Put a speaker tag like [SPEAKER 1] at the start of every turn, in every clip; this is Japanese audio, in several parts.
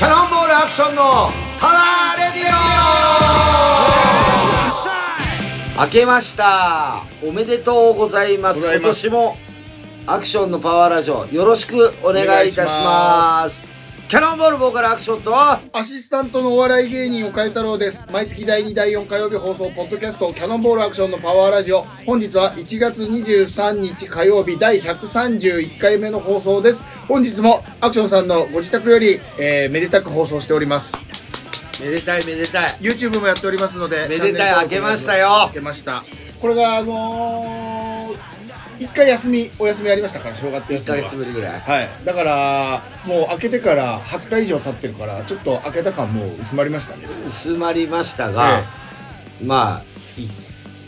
[SPEAKER 1] クションのパワーレディオ明けましたおめでとうございます
[SPEAKER 2] ござい
[SPEAKER 1] 今
[SPEAKER 2] ます
[SPEAKER 1] 年もアクションのパワーラジオよろしくお願いいたしますキャノンボールボーカルアクションと
[SPEAKER 2] アシスタントのお笑い芸人岡井太郎です毎月第2第4火曜日放送ポッドキャストキャノンボールアクションのパワーラジオ本日は1月23日火曜日第131回目の放送です本日もアクションさんのご自宅より、えー、めでたく放送しております
[SPEAKER 1] めでたいめでたい
[SPEAKER 2] YouTube もやっておりますので
[SPEAKER 1] めでたい
[SPEAKER 2] チャンネル登録
[SPEAKER 1] 明けましたよ
[SPEAKER 2] 明けましたこれがあのー、一回休みお休みありましたから正月
[SPEAKER 1] 1
[SPEAKER 2] 休
[SPEAKER 1] ヶ
[SPEAKER 2] みは
[SPEAKER 1] 月ぶりぐらい
[SPEAKER 2] はい、だからもう開けてから20日以上経ってるからちょっと開けた感もう薄まりましたね
[SPEAKER 1] 薄まりましたが、
[SPEAKER 2] え
[SPEAKER 1] まあ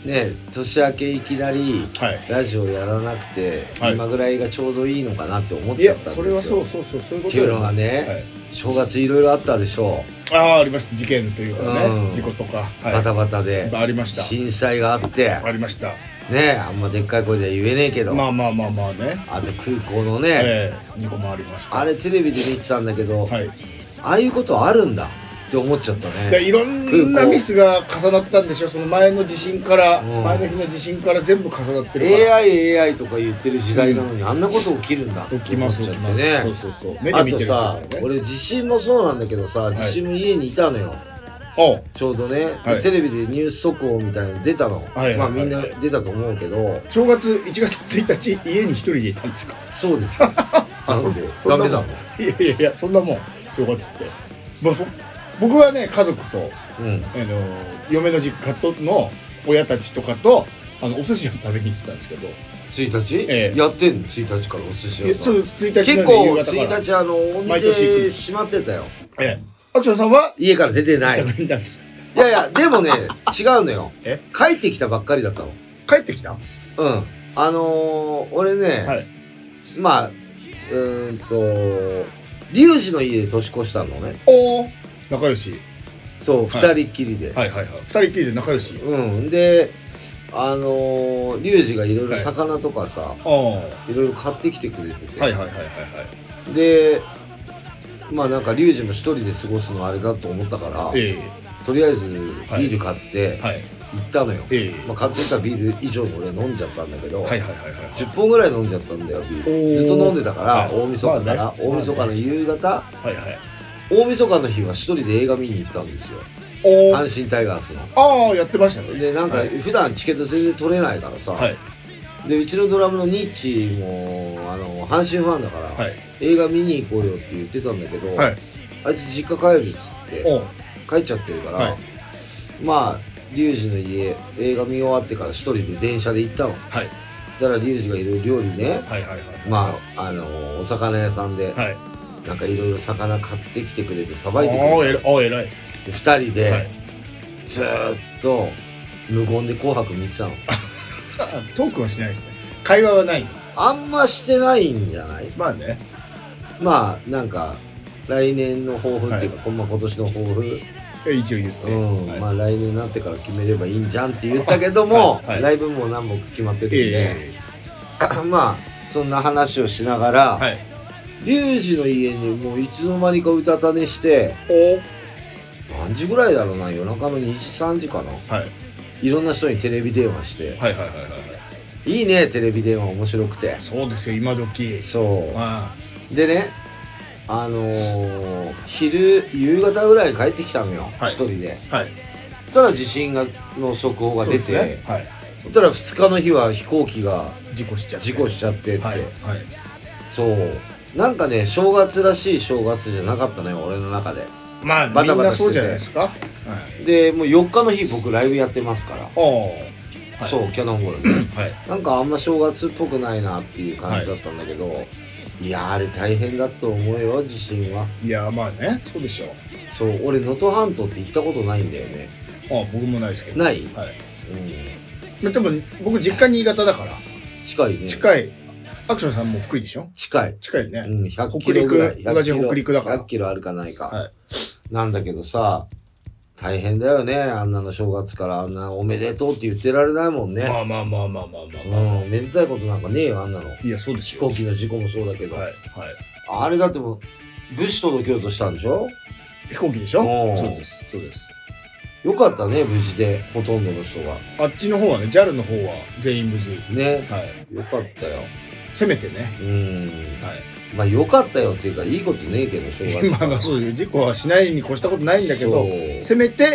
[SPEAKER 1] いね年明けいきなり
[SPEAKER 2] はい
[SPEAKER 1] ラジオやらなくて、
[SPEAKER 2] はい
[SPEAKER 1] 今ぐらいがちょうどいいのかなって思っ
[SPEAKER 2] い
[SPEAKER 1] ちゃ
[SPEAKER 2] や
[SPEAKER 1] ったんです
[SPEAKER 2] そ
[SPEAKER 1] よ
[SPEAKER 2] れはそうそうそうそういうこ
[SPEAKER 1] っ
[SPEAKER 2] と
[SPEAKER 1] ていうのがね、正月いろいろあったでしょ
[SPEAKER 2] はい、ああありました事件というかね、
[SPEAKER 1] うん
[SPEAKER 2] 事故とか、
[SPEAKER 1] う、
[SPEAKER 2] はい、
[SPEAKER 1] バタバタで
[SPEAKER 2] ありました
[SPEAKER 1] 震災があって
[SPEAKER 2] ありました
[SPEAKER 1] ねあんまでっかい声では言えねえけど、
[SPEAKER 2] まあまあまあまあね、
[SPEAKER 1] あと空港のね、
[SPEAKER 2] ええ事故もありました
[SPEAKER 1] あれテレビで見てたんだけど、
[SPEAKER 2] はい
[SPEAKER 1] ああいうことあるんだって思っちゃったね
[SPEAKER 2] でいろんなミスが重なったんでしょその前の地震から、
[SPEAKER 1] うん
[SPEAKER 2] 前の日の地震から全部重なってるから
[SPEAKER 1] AIAI とか言ってる時代なのに、あんなこと起きるんだって
[SPEAKER 2] 起き
[SPEAKER 1] 思
[SPEAKER 2] ま
[SPEAKER 1] っ
[SPEAKER 2] す
[SPEAKER 1] ちゃっ
[SPEAKER 2] 起
[SPEAKER 1] て
[SPEAKER 2] きます、
[SPEAKER 1] ね
[SPEAKER 2] そうそうそう目で
[SPEAKER 1] あ
[SPEAKER 2] 見
[SPEAKER 1] と
[SPEAKER 2] てる
[SPEAKER 1] さ、
[SPEAKER 2] 俺
[SPEAKER 1] 俺地震もそうなんだけどさ
[SPEAKER 2] い
[SPEAKER 1] 地震も家にいたのよ、
[SPEAKER 2] お
[SPEAKER 1] ちょうどね、
[SPEAKER 2] はい
[SPEAKER 1] でテレビでニュース速報みたいなの出たの、
[SPEAKER 2] いはい
[SPEAKER 1] まあみんな出たと思うけど
[SPEAKER 2] 正月1月1日家に一人でいたんですか
[SPEAKER 1] そう ですなんでダメだもん
[SPEAKER 2] いやいやいやそんなもん正月って、まあ、そ僕はね家族と、
[SPEAKER 1] うん
[SPEAKER 2] あのー嫁の実家との親たちとかとあのお寿司を食べに行ってたんですけど
[SPEAKER 1] 1日、
[SPEAKER 2] ええ
[SPEAKER 1] やってんの1日からお寿司
[SPEAKER 2] え
[SPEAKER 1] 屋
[SPEAKER 2] ち
[SPEAKER 1] さ
[SPEAKER 2] ょ
[SPEAKER 1] ん
[SPEAKER 2] っと1日
[SPEAKER 1] 結
[SPEAKER 2] の
[SPEAKER 1] 構
[SPEAKER 2] 夕方から
[SPEAKER 1] 1日あのお
[SPEAKER 2] 毎年行
[SPEAKER 1] 店
[SPEAKER 2] く
[SPEAKER 1] 閉まってたよ
[SPEAKER 2] ええあちらさんは
[SPEAKER 1] 家から出てない
[SPEAKER 2] 自
[SPEAKER 1] い
[SPEAKER 2] 宅にいたんです
[SPEAKER 1] や いやでも ね違うのよ
[SPEAKER 2] え
[SPEAKER 1] 帰ってきたばっかりだったの
[SPEAKER 2] 帰ってきたは
[SPEAKER 1] うんあのー、俺ね、
[SPEAKER 2] い
[SPEAKER 1] まあうーんとリュウジの家で年越したのね
[SPEAKER 2] おお仲良し
[SPEAKER 1] そう、
[SPEAKER 2] は
[SPEAKER 1] 二
[SPEAKER 2] い
[SPEAKER 1] 人っきりで。
[SPEAKER 2] はいはいはい二人っきりで仲良し
[SPEAKER 1] うん。で、あのー、リュウジがいろいろ
[SPEAKER 2] はい
[SPEAKER 1] 魚とかさ、
[SPEAKER 2] ああはい
[SPEAKER 1] ろいろ買ってきてくれてて。
[SPEAKER 2] いはいはいはいはい
[SPEAKER 1] で、まあなんかリュウジも一人で過ごすのあれだと思ったから、
[SPEAKER 2] え
[SPEAKER 1] とりあえずビ
[SPEAKER 2] はい
[SPEAKER 1] ール買って
[SPEAKER 2] えはい
[SPEAKER 1] 行ったのよ。
[SPEAKER 2] ええ
[SPEAKER 1] まあ買ってきたビール以上に俺飲んじゃったんだけど、
[SPEAKER 2] はいはいはいはい
[SPEAKER 1] 10本ぐらい飲んじゃったんだよ、ビ
[SPEAKER 2] お
[SPEAKER 1] ール。
[SPEAKER 2] ー
[SPEAKER 1] ずっと飲んでたから、
[SPEAKER 2] はい
[SPEAKER 1] 大晦日から、
[SPEAKER 2] まあね
[SPEAKER 1] 大晦日の夕方、
[SPEAKER 2] はいはい
[SPEAKER 1] 大晦日の日は一人で映画見に行ったんですよ。
[SPEAKER 2] おー
[SPEAKER 1] 阪神タイガースの。
[SPEAKER 2] ああやってましたね
[SPEAKER 1] で、なんか
[SPEAKER 2] はい
[SPEAKER 1] 普段チケット全然取れないからさ、
[SPEAKER 2] はいう
[SPEAKER 1] でうちのドラムのニッチもあの阪神ファンだから、
[SPEAKER 2] はい
[SPEAKER 1] 映画見に行こうよって言ってたんだけど、
[SPEAKER 2] はい
[SPEAKER 1] あいつ実家帰るっつって
[SPEAKER 2] おう
[SPEAKER 1] 帰っちゃってるから、
[SPEAKER 2] はい
[SPEAKER 1] まあリュウジの家映画見終わってから一人で電車で行ったの
[SPEAKER 2] はい
[SPEAKER 1] そしたらリュウジがいろいろ料理ね
[SPEAKER 2] はいはいはい
[SPEAKER 1] まああのお魚屋さんで、
[SPEAKER 2] はい
[SPEAKER 1] なんかいろいろ魚買ってきてくれてさ
[SPEAKER 2] あ
[SPEAKER 1] ばいてく
[SPEAKER 2] ー
[SPEAKER 1] れ
[SPEAKER 2] えらあー偉い
[SPEAKER 1] て二人で、
[SPEAKER 2] はい
[SPEAKER 1] ずーっと無言で「紅白」見てたの
[SPEAKER 2] あトークはしないですね会話はない
[SPEAKER 1] あんましてないんじゃない
[SPEAKER 2] まあね
[SPEAKER 1] まあなんか来年の抱負っていうか、こんまあ今年の抱負、
[SPEAKER 2] 一応言って、
[SPEAKER 1] うん
[SPEAKER 2] はい
[SPEAKER 1] まあ来年になってから決めればいいんじゃんって言ったけども、
[SPEAKER 2] はいはい
[SPEAKER 1] ライブも何本か決まってるんで、
[SPEAKER 2] え
[SPEAKER 1] まあそんな話をしながら、
[SPEAKER 2] えはい
[SPEAKER 1] リュウジの家にもういつの間にかうたた寝して
[SPEAKER 2] お
[SPEAKER 1] 何時ぐらいだろうな夜中の2時3時かな
[SPEAKER 2] はい
[SPEAKER 1] いろんな人にテレビ電話して
[SPEAKER 2] はいはいはいはいは
[SPEAKER 1] 「
[SPEAKER 2] い
[SPEAKER 1] いいねテレビ電話面白くて
[SPEAKER 2] そうですよ今時」
[SPEAKER 1] そう
[SPEAKER 2] まあ
[SPEAKER 1] でねあのー昼夕方ぐらいに帰ってきたのよ一、
[SPEAKER 2] はい
[SPEAKER 1] 人で
[SPEAKER 2] はい
[SPEAKER 1] そしたら地震がの速報が出てそ,、
[SPEAKER 2] そうですねはい
[SPEAKER 1] したら2日の日は飛行機が
[SPEAKER 2] 事故しちゃって
[SPEAKER 1] 事故しちゃってって、
[SPEAKER 2] はいはい
[SPEAKER 1] そうなんかね正月らしい正月じゃなかったのよ俺の中で
[SPEAKER 2] まあ
[SPEAKER 1] バタバタしてて
[SPEAKER 2] みんなそうじゃないですかはい
[SPEAKER 1] でもう4日の日僕ライブやってますから、
[SPEAKER 2] おおはい
[SPEAKER 1] そうキャノンボール ね
[SPEAKER 2] はい
[SPEAKER 1] なんかあんま正月っぽくないなっていう感じだったんだけど、い、やーあれ大変だと思うよ地震はい
[SPEAKER 2] やまあねそうでしょう
[SPEAKER 1] そう俺能登半島って行ったことないんだよね
[SPEAKER 2] ああ僕もないですけど
[SPEAKER 1] ない
[SPEAKER 2] は
[SPEAKER 1] う
[SPEAKER 2] い
[SPEAKER 1] ん
[SPEAKER 2] まあでも僕実家新潟だから
[SPEAKER 1] 近いね
[SPEAKER 2] 近いアクションさんも福井でしょ
[SPEAKER 1] 近い
[SPEAKER 2] 近いね、
[SPEAKER 1] うん、100キロぐらい。
[SPEAKER 2] 北陸同じ北陸だから
[SPEAKER 1] 100キロあるかないか。
[SPEAKER 2] はい
[SPEAKER 1] なんだけどさ、大変だよね。あんなの正月からあんなおめでとうって言ってられないもんね。
[SPEAKER 2] まあまあまあまあまあまあ
[SPEAKER 1] う
[SPEAKER 2] まあ、
[SPEAKER 1] ん、めでたいことなんかねえよ、あんなの。
[SPEAKER 2] いやそうです
[SPEAKER 1] 飛
[SPEAKER 2] よ
[SPEAKER 1] 行機の事故もそうだけど。
[SPEAKER 2] はいはい
[SPEAKER 1] あれだってもう、武士届けようとしたんでしょ
[SPEAKER 2] 飛行機でしょ
[SPEAKER 1] おー
[SPEAKER 2] そうですそうです
[SPEAKER 1] よかったね、無事で、ほとんどの人が。
[SPEAKER 2] あっちの方はね JAL の方は全員無事
[SPEAKER 1] ね。
[SPEAKER 2] はい
[SPEAKER 1] よかったよ。
[SPEAKER 2] せめてね
[SPEAKER 1] うん。
[SPEAKER 2] はい
[SPEAKER 1] まあ、よかったよっていうか、いいことねえけど、正月。
[SPEAKER 2] まあまあそういう事故はしないに越したことないんだけど
[SPEAKER 1] そ
[SPEAKER 2] せめて、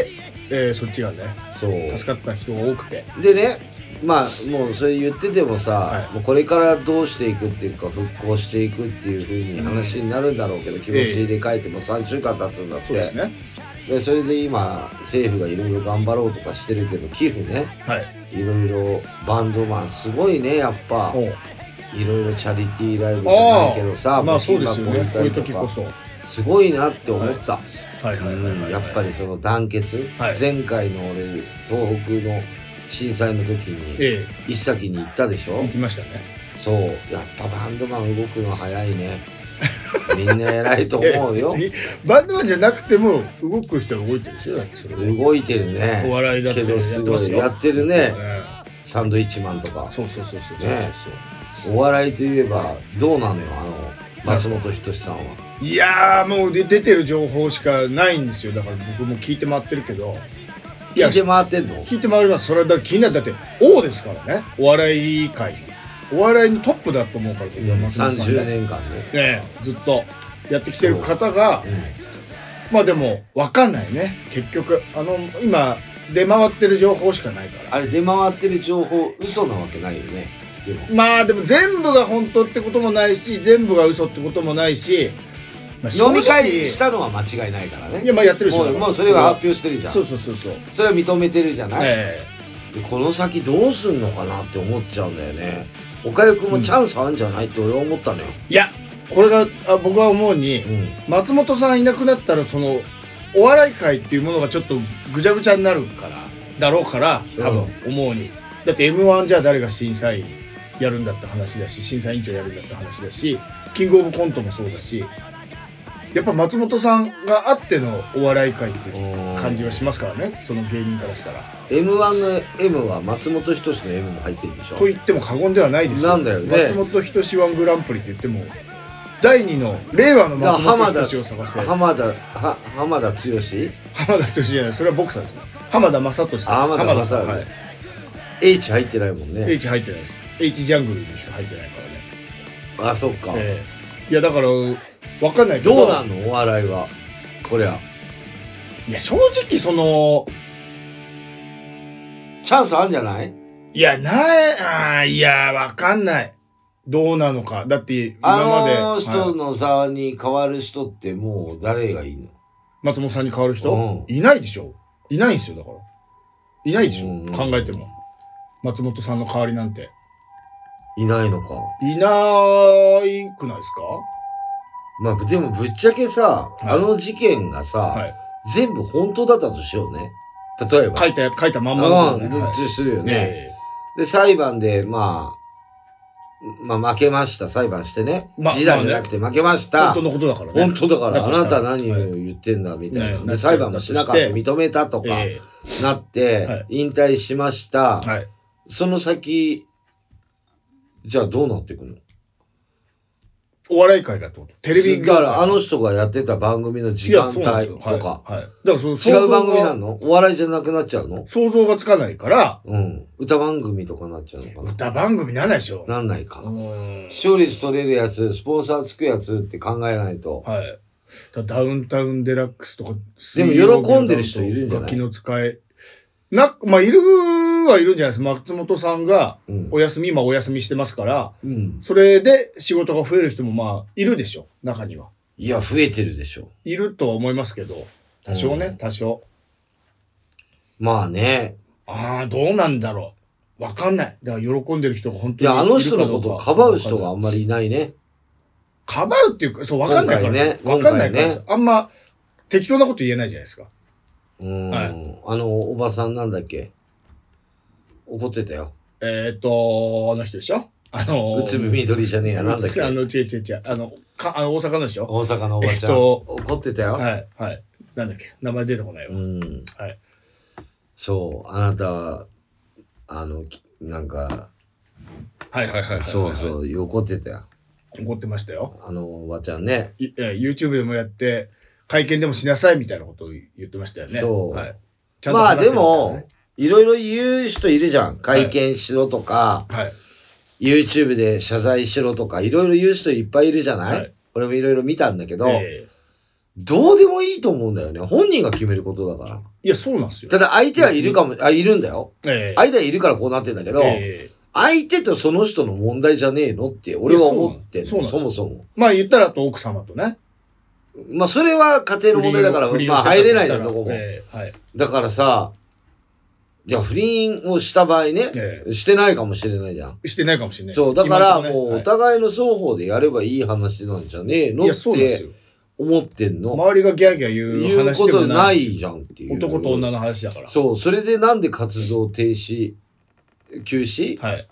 [SPEAKER 2] えーそっちがね
[SPEAKER 1] う。
[SPEAKER 2] 助かった人が多くて
[SPEAKER 1] そう。でね、まあ、もうそれ言っててもさ、
[SPEAKER 2] はい
[SPEAKER 1] もうこれからどうしていくっていうか、復興していくっていうふうに話になるんだろうけど、気持ち入れ替えても3週間経つんだって。
[SPEAKER 2] そうですね
[SPEAKER 1] でそれで今政府がいろいろ頑張ろうとかしてるけど寄付ね
[SPEAKER 2] はい
[SPEAKER 1] いろいろバンドマンすごいねやっぱ
[SPEAKER 2] おう
[SPEAKER 1] いろいろチャリティーライブじゃないけどさ
[SPEAKER 2] ま
[SPEAKER 1] 募
[SPEAKER 2] あそ
[SPEAKER 1] 金
[SPEAKER 2] うで
[SPEAKER 1] 箱
[SPEAKER 2] すよねこう
[SPEAKER 1] 置
[SPEAKER 2] いう
[SPEAKER 1] たり
[SPEAKER 2] 時
[SPEAKER 1] と
[SPEAKER 2] こ
[SPEAKER 1] か
[SPEAKER 2] そは
[SPEAKER 1] すごいなって思った、
[SPEAKER 2] いはいはい
[SPEAKER 1] うん
[SPEAKER 2] はい
[SPEAKER 1] やっぱりその団結、
[SPEAKER 2] はい
[SPEAKER 1] 前回の俺東北の震災の時に
[SPEAKER 2] え
[SPEAKER 1] 一先に行ったでし
[SPEAKER 2] え
[SPEAKER 1] ょ
[SPEAKER 2] 行きましたね
[SPEAKER 1] そうやっぱバンドマン動くの早いねみんな偉いと思う よ
[SPEAKER 2] ええバンドマンじゃなくても動く人は動いてるでしょだってそれは
[SPEAKER 1] 動いてるね
[SPEAKER 2] お笑いだって
[SPEAKER 1] けどすごいや
[SPEAKER 2] や
[SPEAKER 1] っ
[SPEAKER 2] って
[SPEAKER 1] るね
[SPEAKER 2] え
[SPEAKER 1] サンドイッチマンとか
[SPEAKER 2] えそうそうそうそうそう
[SPEAKER 1] ね
[SPEAKER 2] そう
[SPEAKER 1] お笑いといえばどうなのよあの松本人志さんはい
[SPEAKER 2] やーもうで出てる情報しかないんですよだから僕も聞いて回ってるけどい
[SPEAKER 1] 聞
[SPEAKER 2] や
[SPEAKER 1] いて回ってんの
[SPEAKER 2] 聞いて回りますそれはだから気になるだって王ですからねお笑い界のお笑いのトップだと思うから僕は松本さんね
[SPEAKER 1] 30年間ね
[SPEAKER 2] ねえずっとやってきてる方がまあでも分かんないね結局あの今出回ってる情報しかないから
[SPEAKER 1] あれ出回ってる情報嘘なわけないよねでも
[SPEAKER 2] まあでも全部が本当ってこともないし全部が嘘ってこともないし、まあ正
[SPEAKER 1] 飲
[SPEAKER 2] 直
[SPEAKER 1] み会したのは間違いないからね
[SPEAKER 2] いやまあやってるでし
[SPEAKER 1] も
[SPEAKER 2] ょだ
[SPEAKER 1] う
[SPEAKER 2] から
[SPEAKER 1] もうそれは発表してるじゃん
[SPEAKER 2] そう
[SPEAKER 1] そ
[SPEAKER 2] そうそうそう
[SPEAKER 1] れは認めてるじゃない、
[SPEAKER 2] ええ
[SPEAKER 1] でこの先どうすんのかなって思っちゃうんだよね岡く君もチャンスあるんじゃないって俺は思ったのよ、
[SPEAKER 2] いやこれがあ僕は思うに
[SPEAKER 1] うん
[SPEAKER 2] 松本さんいなくなったらそのお笑い界っていうものがちょっとぐちゃぐちゃになるからだろうから多分思うにだって m 1じゃあ誰が審査員やるんだって話だし審査委員長やるんだって話だしキングオブコントもそうだしやっぱ松本さんがあってのお笑い界っていう感じはしますからねその芸人からしたら
[SPEAKER 1] m 1の M は松本人志の M も入ってるでしょ
[SPEAKER 2] と言っても過言ではないです
[SPEAKER 1] なんだよね
[SPEAKER 2] 松本人志ワングランプリって言っても第2の令和の
[SPEAKER 1] だ
[SPEAKER 2] 松
[SPEAKER 1] から浜
[SPEAKER 2] 本
[SPEAKER 1] 田
[SPEAKER 2] 人志を探せ
[SPEAKER 1] 浜田は浜田剛
[SPEAKER 2] 浜田剛じゃないそれはボクサーです浜田雅俊さんです
[SPEAKER 1] あ浜田雅俊
[SPEAKER 2] さんはい
[SPEAKER 1] H 入ってないもんね
[SPEAKER 2] H 入ってないです H ジャングルにしか入ってないからね、
[SPEAKER 1] あそっか、
[SPEAKER 2] ええいやだから分かんないけど
[SPEAKER 1] どうなんのお笑いはこりゃ
[SPEAKER 2] いや正直その
[SPEAKER 1] チャンスあるんじゃない
[SPEAKER 2] いやないあーいや分かんないどうなのかだって今まで、
[SPEAKER 1] あの人
[SPEAKER 2] はい
[SPEAKER 1] の座に変わる人ってもう誰がいいの
[SPEAKER 2] 松本さんに変わる人、
[SPEAKER 1] うん
[SPEAKER 2] いないでしょいないんですよだからいないでしょ、
[SPEAKER 1] うん
[SPEAKER 2] 考えても松本さんの代わりなんて
[SPEAKER 1] いないのか
[SPEAKER 2] いないくないですか
[SPEAKER 1] まあでもぶっちゃけさ、
[SPEAKER 2] い
[SPEAKER 1] あの事件がさ、
[SPEAKER 2] はい
[SPEAKER 1] 全部本当だったとしようね例えば
[SPEAKER 2] 書いた書いたまんま
[SPEAKER 1] う
[SPEAKER 2] の
[SPEAKER 1] ん、
[SPEAKER 2] ね
[SPEAKER 1] で
[SPEAKER 2] はい
[SPEAKER 1] するよね
[SPEAKER 2] ええ
[SPEAKER 1] で裁判でまあまあ負けました裁判してね、
[SPEAKER 2] ま
[SPEAKER 1] 示談じゃなくて負けました、
[SPEAKER 2] 本当のことだからね。
[SPEAKER 1] 本当だから、
[SPEAKER 2] だ
[SPEAKER 1] あ
[SPEAKER 2] とした
[SPEAKER 1] なた
[SPEAKER 2] ら
[SPEAKER 1] 何
[SPEAKER 2] は
[SPEAKER 1] を
[SPEAKER 2] い
[SPEAKER 1] 言ってんだみたい
[SPEAKER 2] ね
[SPEAKER 1] な。で
[SPEAKER 2] なっちゃう
[SPEAKER 1] 裁判もしなかった、
[SPEAKER 2] だとして
[SPEAKER 1] 認めたとか、
[SPEAKER 2] え
[SPEAKER 1] なって、
[SPEAKER 2] はい
[SPEAKER 1] 引退しました、
[SPEAKER 2] えはい。
[SPEAKER 1] その先、じゃあどうなっていくの
[SPEAKER 2] お笑い会だってこと。テレビ
[SPEAKER 1] だから、あの人がやってた番組の時間帯と
[SPEAKER 2] いやそうなんですよはい
[SPEAKER 1] か、
[SPEAKER 2] はい。だからその
[SPEAKER 1] 違う番組な
[SPEAKER 2] の
[SPEAKER 1] のお笑いじゃなくなっちゃうの
[SPEAKER 2] 想像がつかないから、
[SPEAKER 1] うん。歌番組とかなっちゃうのか
[SPEAKER 2] 歌番組にならないでしょ。
[SPEAKER 1] ななんないか
[SPEAKER 2] う。ーん
[SPEAKER 1] 視聴率取れるやつ、スポンサーつくやつって考えないと。
[SPEAKER 2] はい。だダウンタウンデラックスとか、
[SPEAKER 1] でも喜んでる人いるんじゃない
[SPEAKER 2] 楽器の使い。な、まあ、いるはいるんじゃないですか。松本さんが
[SPEAKER 1] うん、
[SPEAKER 2] お休み、今お休みしてますから、
[SPEAKER 1] うん。
[SPEAKER 2] それで仕事が増える人もまあ、いるでしょ。中には。
[SPEAKER 1] いや、増えてるでしょ。
[SPEAKER 2] いるとは思いますけど、多少ね、多少。
[SPEAKER 1] まあね。
[SPEAKER 2] ああ、どうなんだろう。わかんない。だから喜んでる人が本
[SPEAKER 1] い
[SPEAKER 2] 当にいる
[SPEAKER 1] や、
[SPEAKER 2] か
[SPEAKER 1] あ
[SPEAKER 2] どうか。
[SPEAKER 1] の人のことをかばう人があんまりいないね。
[SPEAKER 2] かばうっていうか、そう、わかんないからね。わ
[SPEAKER 1] 今回ね
[SPEAKER 2] かんないから
[SPEAKER 1] 今回
[SPEAKER 2] さ。あんま適当なこと言えないじゃないですか。
[SPEAKER 1] うーん、
[SPEAKER 2] は
[SPEAKER 1] あの、おばさんなんだっけ怒ってたよ。
[SPEAKER 2] えっと、あの人でしょあのー、
[SPEAKER 1] うつむみどりじゃねえや、なんだっけ
[SPEAKER 2] あの、違う違う違う。あの、かあの大阪のでしょ
[SPEAKER 1] 大阪のおばちゃん。
[SPEAKER 2] えっと
[SPEAKER 1] 怒ってたよ、
[SPEAKER 2] はい、はい。なんだっけ名前出てこないうわ。
[SPEAKER 1] ん。
[SPEAKER 2] はい。
[SPEAKER 1] そう、あなた、あの、きなんか、
[SPEAKER 2] はいはいはいはい。
[SPEAKER 1] そうそう、怒ってたよ。
[SPEAKER 2] 怒ってましたよ。
[SPEAKER 1] あのおばちゃんね。
[SPEAKER 2] いえー YouTube でもやって、会見でもしなさいみたいなことを言ってましたよね。
[SPEAKER 1] そう
[SPEAKER 2] はい、ちゃんと
[SPEAKER 1] まあ
[SPEAKER 2] 話
[SPEAKER 1] で
[SPEAKER 2] せみたいな
[SPEAKER 1] も
[SPEAKER 2] ね、
[SPEAKER 1] いろいろ言う人いるじゃん。会見しろとか、
[SPEAKER 2] はい。
[SPEAKER 1] YouTube で謝罪しろとか、いろいろ言う人いっぱいいるじゃない、
[SPEAKER 2] はい
[SPEAKER 1] 俺もいろいろ見たんだけど、
[SPEAKER 2] え
[SPEAKER 1] どうでもいいと思うんだよね。本人が決めることだから。
[SPEAKER 2] えいや、そうなんですよ。
[SPEAKER 1] ただ相手はいるかも、あ、いるんだよ。
[SPEAKER 2] ええ
[SPEAKER 1] 相手はいるからこうなってんだけど、
[SPEAKER 2] ええ
[SPEAKER 1] 相手とその人の問題じゃねえのって俺は思ってん
[SPEAKER 2] いやそう
[SPEAKER 1] の
[SPEAKER 2] なの
[SPEAKER 1] そもそも。
[SPEAKER 2] まあ言ったらあと奥様とね。
[SPEAKER 1] まあそれは家庭の問題だから、
[SPEAKER 2] 不倫
[SPEAKER 1] ま
[SPEAKER 2] を
[SPEAKER 1] あ入れないじゃん、
[SPEAKER 2] 不
[SPEAKER 1] ど
[SPEAKER 2] 倫
[SPEAKER 1] こ
[SPEAKER 2] を
[SPEAKER 1] も。
[SPEAKER 2] してたとしたらええはい。
[SPEAKER 1] だからさ、じゃあ不倫をした場合ね、
[SPEAKER 2] え
[SPEAKER 1] してないかもしれないじゃん。
[SPEAKER 2] してないかもしれない。
[SPEAKER 1] そう、だから
[SPEAKER 2] 今のと
[SPEAKER 1] も
[SPEAKER 2] こ
[SPEAKER 1] う
[SPEAKER 2] ね
[SPEAKER 1] お互いの双方でやればいい話なんじゃねえ
[SPEAKER 2] はい
[SPEAKER 1] の
[SPEAKER 2] い
[SPEAKER 1] っ
[SPEAKER 2] や、そうなんです
[SPEAKER 1] て
[SPEAKER 2] よ。
[SPEAKER 1] 思ってんの。
[SPEAKER 2] 周りがギャーギャー言
[SPEAKER 1] 言
[SPEAKER 2] う
[SPEAKER 1] う
[SPEAKER 2] 話
[SPEAKER 1] こ
[SPEAKER 2] でも
[SPEAKER 1] と
[SPEAKER 2] な。
[SPEAKER 1] ないいじゃんっていう。
[SPEAKER 2] 男と女の話だから。
[SPEAKER 1] そう、それでなんで活動停止、休止
[SPEAKER 2] はい。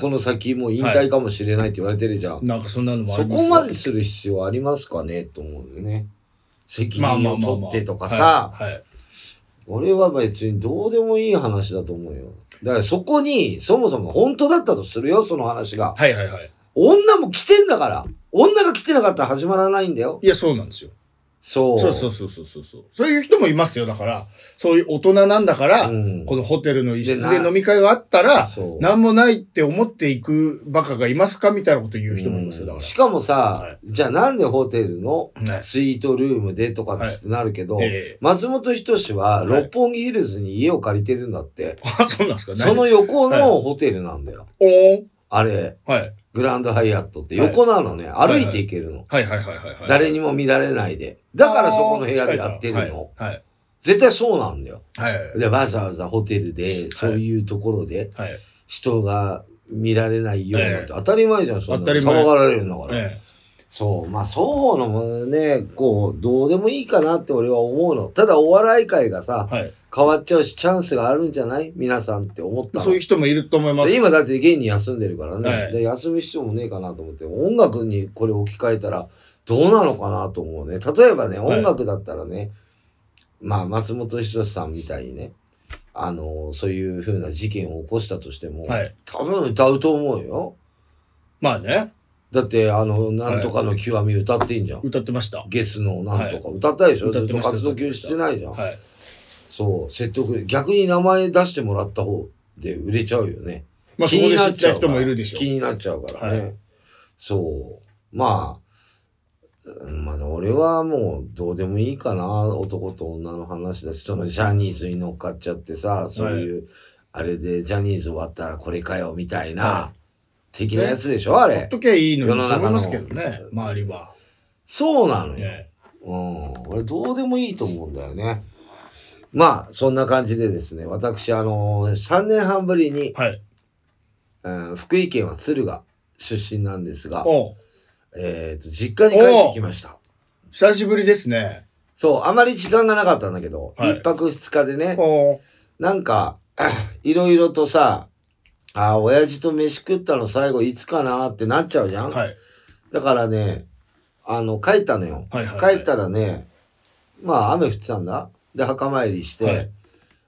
[SPEAKER 1] この先もう引退かもしれないって言われてるじゃん。
[SPEAKER 2] なんかそんなのもあ
[SPEAKER 1] そ
[SPEAKER 2] りますよ
[SPEAKER 1] こまでする必要ありますかねと思うよね。責
[SPEAKER 2] まあ
[SPEAKER 1] 任
[SPEAKER 2] まあ
[SPEAKER 1] を
[SPEAKER 2] まあ
[SPEAKER 1] 取
[SPEAKER 2] まあ
[SPEAKER 1] ってとかさ、
[SPEAKER 2] はい。はい
[SPEAKER 1] 俺は別にどうでもいい話だと思うよ。だからそこに、そもそも本当だったとするよ、その話が。
[SPEAKER 2] はいはいはい。
[SPEAKER 1] 女も来てんだから。女が来てなかったら始まらないんだよ。
[SPEAKER 2] いや、そうなんですよ。
[SPEAKER 1] そう。
[SPEAKER 2] そうそうそうそうそうそう。そういう人もいますよ。だから、そういう大人なんだから、
[SPEAKER 1] うん
[SPEAKER 2] このホテルの一室
[SPEAKER 1] で
[SPEAKER 2] で
[SPEAKER 1] な
[SPEAKER 2] 飲み会があったら
[SPEAKER 1] そう、
[SPEAKER 2] なんもないって思っていくバカがいますかみたいなこと言う人もいますよ。だ
[SPEAKER 1] う
[SPEAKER 2] か
[SPEAKER 1] ん
[SPEAKER 2] ら
[SPEAKER 1] しかもさ、
[SPEAKER 2] はい
[SPEAKER 1] じゃあなんでホテルの
[SPEAKER 2] はい
[SPEAKER 1] スイートルームでとかっつってなるけど、
[SPEAKER 2] ええ
[SPEAKER 1] 松本人志は
[SPEAKER 2] はい
[SPEAKER 1] 六本木ヒルズに家を借りてるんだって、。
[SPEAKER 2] あ、そうなんですか
[SPEAKER 1] その
[SPEAKER 2] 何
[SPEAKER 1] 横のホテルなんだよ。
[SPEAKER 2] おー
[SPEAKER 1] あれ、
[SPEAKER 2] はい。
[SPEAKER 1] グランドハイアットって
[SPEAKER 2] はい
[SPEAKER 1] 横なのね。
[SPEAKER 2] いは
[SPEAKER 1] 歩
[SPEAKER 2] い
[SPEAKER 1] いていけるの、
[SPEAKER 2] はいはいはいはいはい。
[SPEAKER 1] 誰にも見られないで。だからそこの部屋でやってるの。
[SPEAKER 2] あー。はい。
[SPEAKER 1] 絶対そうなんだよ。
[SPEAKER 2] はい。はい
[SPEAKER 1] で、わざわざホテルで、そういうところで
[SPEAKER 2] はい。
[SPEAKER 1] 人が見られないようになって、
[SPEAKER 2] ええ
[SPEAKER 1] 当たり前じゃん、そんな
[SPEAKER 2] 当た
[SPEAKER 1] の
[SPEAKER 2] り前
[SPEAKER 1] 騒がられるんだから。
[SPEAKER 2] え
[SPEAKER 1] そう、まあ、双方のね、こう、どうでもいいかなって俺は思うの。ただ、お笑い界がさ
[SPEAKER 2] え、はい。
[SPEAKER 1] 変わっちゃうし、チャンスがあるんじゃない皆さんって思ったの
[SPEAKER 2] そういう人もいると思います
[SPEAKER 1] で。今だって芸人休んでるからね、
[SPEAKER 2] はい
[SPEAKER 1] で休む必要もねえかなと思って音楽にこれ置き換えたらどうなのかなと思うね例えばね
[SPEAKER 2] はい
[SPEAKER 1] 音楽だったらね、まあ松本人志さんみたいにねあのそういうふうな事件を起こしたとしても、
[SPEAKER 2] はい
[SPEAKER 1] 多分歌うと思うよ
[SPEAKER 2] まあね、
[SPEAKER 1] だってあの「なんとかの極み」歌ってんじゃん、
[SPEAKER 2] 歌ってました。
[SPEAKER 1] ゲスのなんとか、歌ったでしょ
[SPEAKER 2] 歌
[SPEAKER 1] ずっ
[SPEAKER 2] っ
[SPEAKER 1] てと
[SPEAKER 2] ました
[SPEAKER 1] 活動休止してないじゃん、
[SPEAKER 2] はい。
[SPEAKER 1] そう説得力逆に名前出してもらった方で売れちゃうよね
[SPEAKER 2] まあそ
[SPEAKER 1] 気
[SPEAKER 2] こ
[SPEAKER 1] に
[SPEAKER 2] で
[SPEAKER 1] なっ
[SPEAKER 2] 知っ
[SPEAKER 1] ち
[SPEAKER 2] た
[SPEAKER 1] ゃうか
[SPEAKER 2] 人
[SPEAKER 1] ら
[SPEAKER 2] もいるでしょ
[SPEAKER 1] 気になっちゃうからね。
[SPEAKER 2] は
[SPEAKER 1] そう。まあ、うんまあ、俺はもうどうでもいいかな、男と女の話だし、そのジャニーズに乗っかっちゃってさ、そういう、あれでジャニーズ終わったらこれかよ、みたいな、
[SPEAKER 2] は
[SPEAKER 1] 的なやつでしょ、あ
[SPEAKER 2] ほっ
[SPEAKER 1] れ。
[SPEAKER 2] ときゃいいのにと
[SPEAKER 1] 世の
[SPEAKER 2] 思
[SPEAKER 1] 中
[SPEAKER 2] い
[SPEAKER 1] の
[SPEAKER 2] ますけどね、周りは。
[SPEAKER 1] そうなのよ。
[SPEAKER 2] ね
[SPEAKER 1] うん。俺どうでもいいと思うんだよね。まあ、そんな感じでですね、私、あの3年半ぶりに、
[SPEAKER 2] はい。
[SPEAKER 1] うん福井県は敦賀出身なんですが、
[SPEAKER 2] おう
[SPEAKER 1] えっ、と、実家に帰ってきました。
[SPEAKER 2] 久しぶりですね。
[SPEAKER 1] そう、あまり時間がなかったんだけど、一、
[SPEAKER 2] はい
[SPEAKER 1] 泊二日でね、
[SPEAKER 2] おう
[SPEAKER 1] なんか、 いろいろとさ、ああ、親父と飯食ったの最後いつかなってなっちゃうじゃん、
[SPEAKER 2] はい。
[SPEAKER 1] だからね、あの、帰ったのよ。
[SPEAKER 2] はいはいはい
[SPEAKER 1] 帰ったらね、まあ雨降ってたんだ。で、墓参りして、
[SPEAKER 2] はい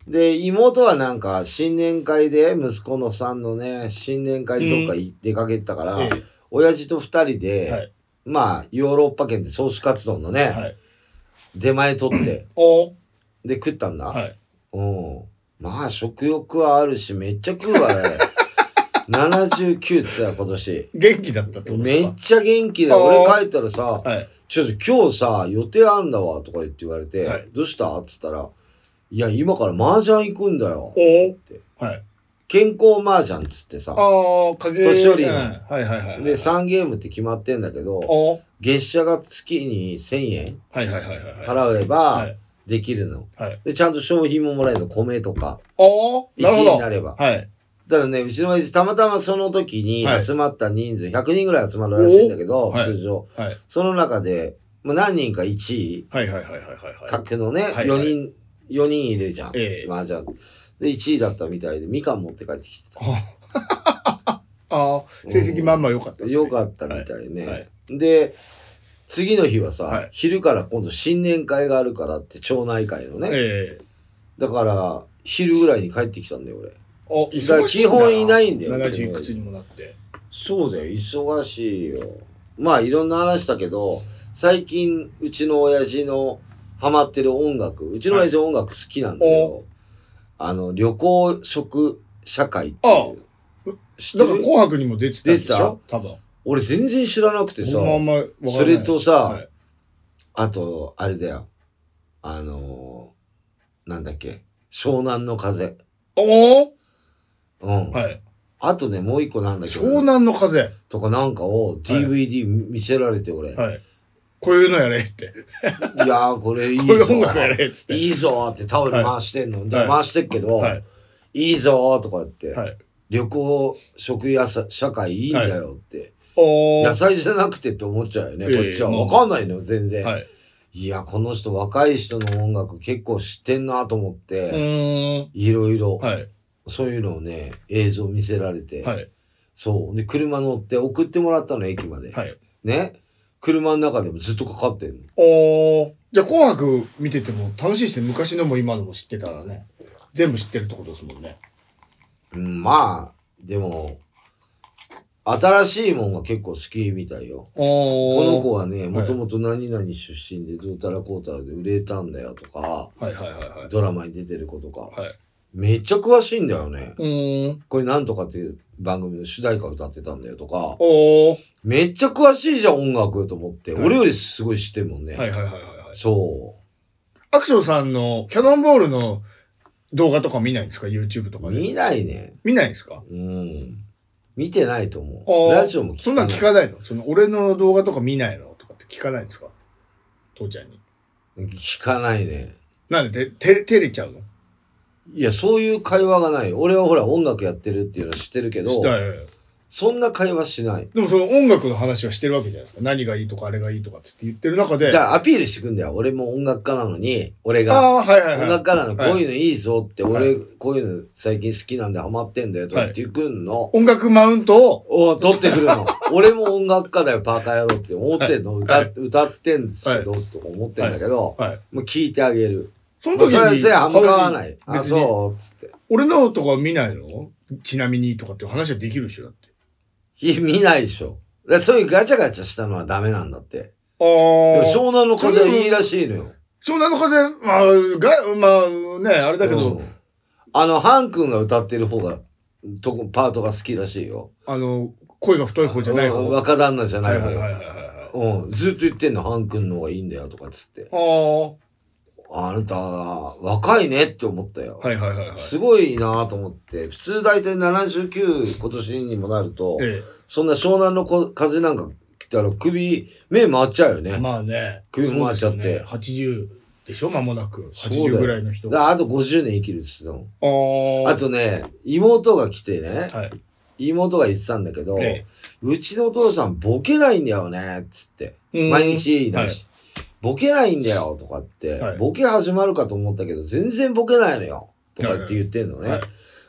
[SPEAKER 1] で、妹はなんか、新年会で、息子のさんのね、新年会でどっかい出かけてたから、
[SPEAKER 2] え
[SPEAKER 1] 親父と二人
[SPEAKER 2] え
[SPEAKER 1] で、
[SPEAKER 2] はい。
[SPEAKER 1] まあ、ヨーロッパ圏でソースカツ丼のね、
[SPEAKER 2] はい。
[SPEAKER 1] 出前取 って、
[SPEAKER 2] おう
[SPEAKER 1] で、食ったんだ。
[SPEAKER 2] はい。
[SPEAKER 1] うん。まあ、食欲はあるし、めっちゃ食うわ、 ね。79っつったよ、今年。
[SPEAKER 2] 元気だったってことで
[SPEAKER 1] め
[SPEAKER 2] す
[SPEAKER 1] っ
[SPEAKER 2] か
[SPEAKER 1] ちゃ元気だ。
[SPEAKER 2] あー
[SPEAKER 1] 俺帰ったらさ、
[SPEAKER 2] はい。
[SPEAKER 1] ちょっと今日さ、予定あんだわ、とか言って言われて、
[SPEAKER 2] はい
[SPEAKER 1] どうしたっつったら、いや、今から麻雀行くんだよ。
[SPEAKER 2] おうはい。
[SPEAKER 1] 健康麻雀っつってさ。
[SPEAKER 2] ああ、影
[SPEAKER 1] 年寄り
[SPEAKER 2] う
[SPEAKER 1] の
[SPEAKER 2] んはいはいはい。
[SPEAKER 1] で、3ゲームって決まってんだけど、
[SPEAKER 2] おう
[SPEAKER 1] 月謝が月に1000円
[SPEAKER 2] はいはいはいはい。はい。
[SPEAKER 1] 払え
[SPEAKER 2] は
[SPEAKER 1] ば
[SPEAKER 2] い。
[SPEAKER 1] できるの。
[SPEAKER 2] はい。
[SPEAKER 1] で、ちゃんと商品ももらえるの。米とか。
[SPEAKER 2] おうな
[SPEAKER 1] 1
[SPEAKER 2] るほ
[SPEAKER 1] 位に
[SPEAKER 2] ど。
[SPEAKER 1] なれば。
[SPEAKER 2] はい。
[SPEAKER 1] だからね、うちの親父、たまたまその時に
[SPEAKER 2] はい
[SPEAKER 1] 集まった人数、100人ぐらい集まるらしいんだけど、
[SPEAKER 2] おはい
[SPEAKER 1] 通常。
[SPEAKER 2] はい。
[SPEAKER 1] その中で、まあ、何人か1位、
[SPEAKER 2] はいはいはいはいはいはい。
[SPEAKER 1] 卓のね、
[SPEAKER 2] はい
[SPEAKER 1] 4人、4人いるじゃん。
[SPEAKER 2] ええ
[SPEAKER 1] まあじゃあ、で、1位だったみたいで、みかん持って帰ってきてた。
[SPEAKER 2] ああ、成績まんま良かったですね。
[SPEAKER 1] よかったみたいね。
[SPEAKER 2] はい
[SPEAKER 1] で、次の日はさ、
[SPEAKER 2] はい
[SPEAKER 1] 昼から今度新年会があるからって、町内会のね。
[SPEAKER 2] ええ。
[SPEAKER 1] だから、昼ぐらいに帰ってきたんだよ、俺。
[SPEAKER 2] お、忙しいん
[SPEAKER 1] だから基本いないんだよ
[SPEAKER 2] 70いくつにもなって。
[SPEAKER 1] そうだよ、忙しいよ。まあいろんな話だけど、最近、うちの親父のハマってる音楽、うちの親父音楽好きなんだけど、あの、旅行食社会っていう。知っ
[SPEAKER 2] だ
[SPEAKER 1] て
[SPEAKER 2] から
[SPEAKER 1] る
[SPEAKER 2] 紅白にも出てたんでし
[SPEAKER 1] 出てた
[SPEAKER 2] ょ多分。
[SPEAKER 1] 俺全然知らなくてさ
[SPEAKER 2] 僕、もあんまわからない
[SPEAKER 1] それとさ
[SPEAKER 2] はい
[SPEAKER 1] あと、あれだよ。あのーなんだっけ、湘南の風。
[SPEAKER 2] おお
[SPEAKER 1] うん。
[SPEAKER 2] はい。
[SPEAKER 1] あとね、もう一個なんだけど、
[SPEAKER 2] 湘南の風。
[SPEAKER 1] とかなんかを DVD 見せられて俺、
[SPEAKER 2] はい。こういうのやれって。
[SPEAKER 1] い、やーこれいい
[SPEAKER 2] こうい
[SPEAKER 1] ぞ
[SPEAKER 2] う音楽やれっつって。
[SPEAKER 1] いいぞーってタオル回してんの、で
[SPEAKER 2] はい
[SPEAKER 1] 回してっけど、
[SPEAKER 2] はいい、。
[SPEAKER 1] いぞーとか言って、
[SPEAKER 2] はい。
[SPEAKER 1] 旅行食やさ社会いいんだよって、
[SPEAKER 2] おー
[SPEAKER 1] 野菜じゃなくてって思っちゃうよね、
[SPEAKER 2] ええ
[SPEAKER 1] こっちは
[SPEAKER 2] まあ
[SPEAKER 1] わかんないのよ全然、、
[SPEAKER 2] はいい。
[SPEAKER 1] やこの人若い人の音楽結構知ってんなと思っ
[SPEAKER 2] う
[SPEAKER 1] て、
[SPEAKER 2] ーん。
[SPEAKER 1] いろいろ、
[SPEAKER 2] はい。
[SPEAKER 1] そういうのをね映像見せられて、
[SPEAKER 2] はい。
[SPEAKER 1] そうで車乗って送ってもらったの駅まで、
[SPEAKER 2] はい。
[SPEAKER 1] ね車の中でもずっとかかってんの
[SPEAKER 2] おーじゃあ紅白見てても楽しいですね。昔のも今のも知ってたらね。全部知ってるってことですもんね。
[SPEAKER 1] うんまあ、でも、新しいもんが結構好きみたいよ。この
[SPEAKER 2] お
[SPEAKER 1] 子
[SPEAKER 2] こ
[SPEAKER 1] はね、もともと何々出身でどうたらこうたらで売れたんだよとか、
[SPEAKER 2] の子。はいはいはいはい。
[SPEAKER 1] ドラマに出てる子とか、
[SPEAKER 2] はい。
[SPEAKER 1] めっちゃ詳しいんだよね。
[SPEAKER 2] うーん。
[SPEAKER 1] これなんとかっていう番組の主題歌歌ってたんだよとか、
[SPEAKER 2] おー
[SPEAKER 1] めっちゃ詳しいじゃん音楽と思って、
[SPEAKER 2] はい
[SPEAKER 1] 俺よりすごい知ってるもんね。
[SPEAKER 2] はいはいはいはいはい。
[SPEAKER 1] そ
[SPEAKER 2] アクションさんのキャノンボールの動画とか見ないんですか ?YouTube と
[SPEAKER 1] う。
[SPEAKER 2] かで。
[SPEAKER 1] 見ないね。
[SPEAKER 2] 見ないんですか
[SPEAKER 1] うん。見てないと思
[SPEAKER 2] あ
[SPEAKER 1] う。
[SPEAKER 2] ー
[SPEAKER 1] ラジオも
[SPEAKER 2] そ
[SPEAKER 1] 聞
[SPEAKER 2] ん
[SPEAKER 1] か
[SPEAKER 2] なん
[SPEAKER 1] ない
[SPEAKER 2] 聞。かないのその俺の動画とか見ないのとかって聞かないんですか父ちゃんに。
[SPEAKER 1] 聞かないね。
[SPEAKER 2] なんでて、て照れちゃうの
[SPEAKER 1] いや、そういう会話がない。俺はほら、音楽やってるっていうのは知ってるけど、
[SPEAKER 2] はいはいはい
[SPEAKER 1] そんな会話しない。
[SPEAKER 2] でもその音楽の話はしてるわけじゃないですか。何がいいとかあれがいいとかっつって言ってる中で。
[SPEAKER 1] じゃあ、アピールしてくんだよ。俺も音楽家なのに、俺
[SPEAKER 2] あ
[SPEAKER 1] が。
[SPEAKER 2] あ、はいはい
[SPEAKER 1] 音
[SPEAKER 2] はい
[SPEAKER 1] 楽。家なの、
[SPEAKER 2] はい
[SPEAKER 1] こういうのいいぞって、
[SPEAKER 2] は
[SPEAKER 1] 俺、
[SPEAKER 2] い
[SPEAKER 1] こういうの最近好きなんでハマってんだよ、と
[SPEAKER 2] はい
[SPEAKER 1] って言ってくんの。
[SPEAKER 2] 音楽マウントを、
[SPEAKER 1] おう取ってくる の。俺も音楽家だよ、バカ野郎って思ってんの。
[SPEAKER 2] はい
[SPEAKER 1] 歌
[SPEAKER 2] はい
[SPEAKER 1] 歌ってんですけど、とか思ってんだけど、
[SPEAKER 2] はい。
[SPEAKER 1] もう聞いてあげる。
[SPEAKER 2] その
[SPEAKER 1] まあ
[SPEAKER 2] 時
[SPEAKER 1] それは
[SPEAKER 2] に
[SPEAKER 1] それはあんま変わらない。
[SPEAKER 2] 話
[SPEAKER 1] あ、
[SPEAKER 2] 別に
[SPEAKER 1] そう、つって。
[SPEAKER 2] 俺のとか見ないのちなみにとかっていう話はできるでしょだって。
[SPEAKER 1] いや見ないでしょ。だからそういうガチャガチャしたのはダメなんだって。
[SPEAKER 2] あ
[SPEAKER 1] でも
[SPEAKER 2] あ。
[SPEAKER 1] 湘南の風はいいらしいのよ。
[SPEAKER 2] 湘南の風、まあ、が、まあね、あれだけど、
[SPEAKER 1] うんあの、ハン君が歌ってる方が、とこパートが好きらしいよ。
[SPEAKER 2] あの、声が太い方じゃない方。
[SPEAKER 1] うん若旦那じゃな
[SPEAKER 2] はいい
[SPEAKER 1] 方。
[SPEAKER 2] はいはいはいはい。
[SPEAKER 1] うん、ずっと言ってんの、ハン君の方がいいんだよとかっつって。
[SPEAKER 2] ああ。
[SPEAKER 1] あなた、若いねって思ったよ。
[SPEAKER 2] はいはいはいはい。
[SPEAKER 1] すごいなと思って。普通大体79今年にもなると、
[SPEAKER 2] え
[SPEAKER 1] そんな湘南のこ風なんか来たら首、目回っちゃうよね。
[SPEAKER 2] え。まあね。
[SPEAKER 1] 首回っちゃって
[SPEAKER 2] そうですよね80でしょ間もなく。
[SPEAKER 1] そうだよ
[SPEAKER 2] 80ぐらいの人
[SPEAKER 1] だ
[SPEAKER 2] が。
[SPEAKER 1] か
[SPEAKER 2] あ
[SPEAKER 1] らあと50年生きるって言ってたもん。
[SPEAKER 2] あ。
[SPEAKER 1] あ、とね、妹が来てね、
[SPEAKER 2] はい。
[SPEAKER 1] 妹が言ってたんだけど、
[SPEAKER 2] え
[SPEAKER 1] うちのお父さんボケないんだよね、っつって。
[SPEAKER 2] うん
[SPEAKER 1] 毎日いな
[SPEAKER 2] はいい
[SPEAKER 1] し、ボケないんだよ、とかって、
[SPEAKER 2] はい
[SPEAKER 1] ボケ始まるかと思ったけど、全然ボケないのよ、とかって言ってんのね。
[SPEAKER 2] はい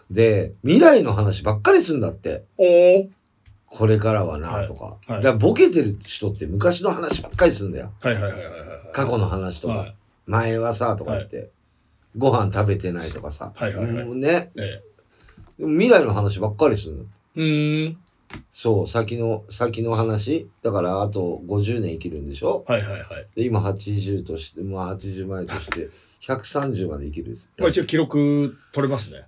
[SPEAKER 1] で、未来の話ばっかりするんだって。
[SPEAKER 2] おー
[SPEAKER 1] これからはな、
[SPEAKER 2] はい
[SPEAKER 1] とか。
[SPEAKER 2] はい
[SPEAKER 1] だからボケてる人って昔の話ばっかりするんだよ。
[SPEAKER 2] はいはいはいはいはい。
[SPEAKER 1] 過去の話とか。
[SPEAKER 2] はい
[SPEAKER 1] 前はさ、とか言って。ご飯食べてないとかさ。
[SPEAKER 2] はいはいはい
[SPEAKER 1] もうね。
[SPEAKER 2] え
[SPEAKER 1] でも未来の話ばっかりするの。
[SPEAKER 2] え。うーん。
[SPEAKER 1] そう、先の、先の話。だから、あと50年生きるんでしょ
[SPEAKER 2] はいはいはい。
[SPEAKER 1] で、今80として、まあ80前と して、130まで生きるです。
[SPEAKER 2] まあ一応記録取れますね。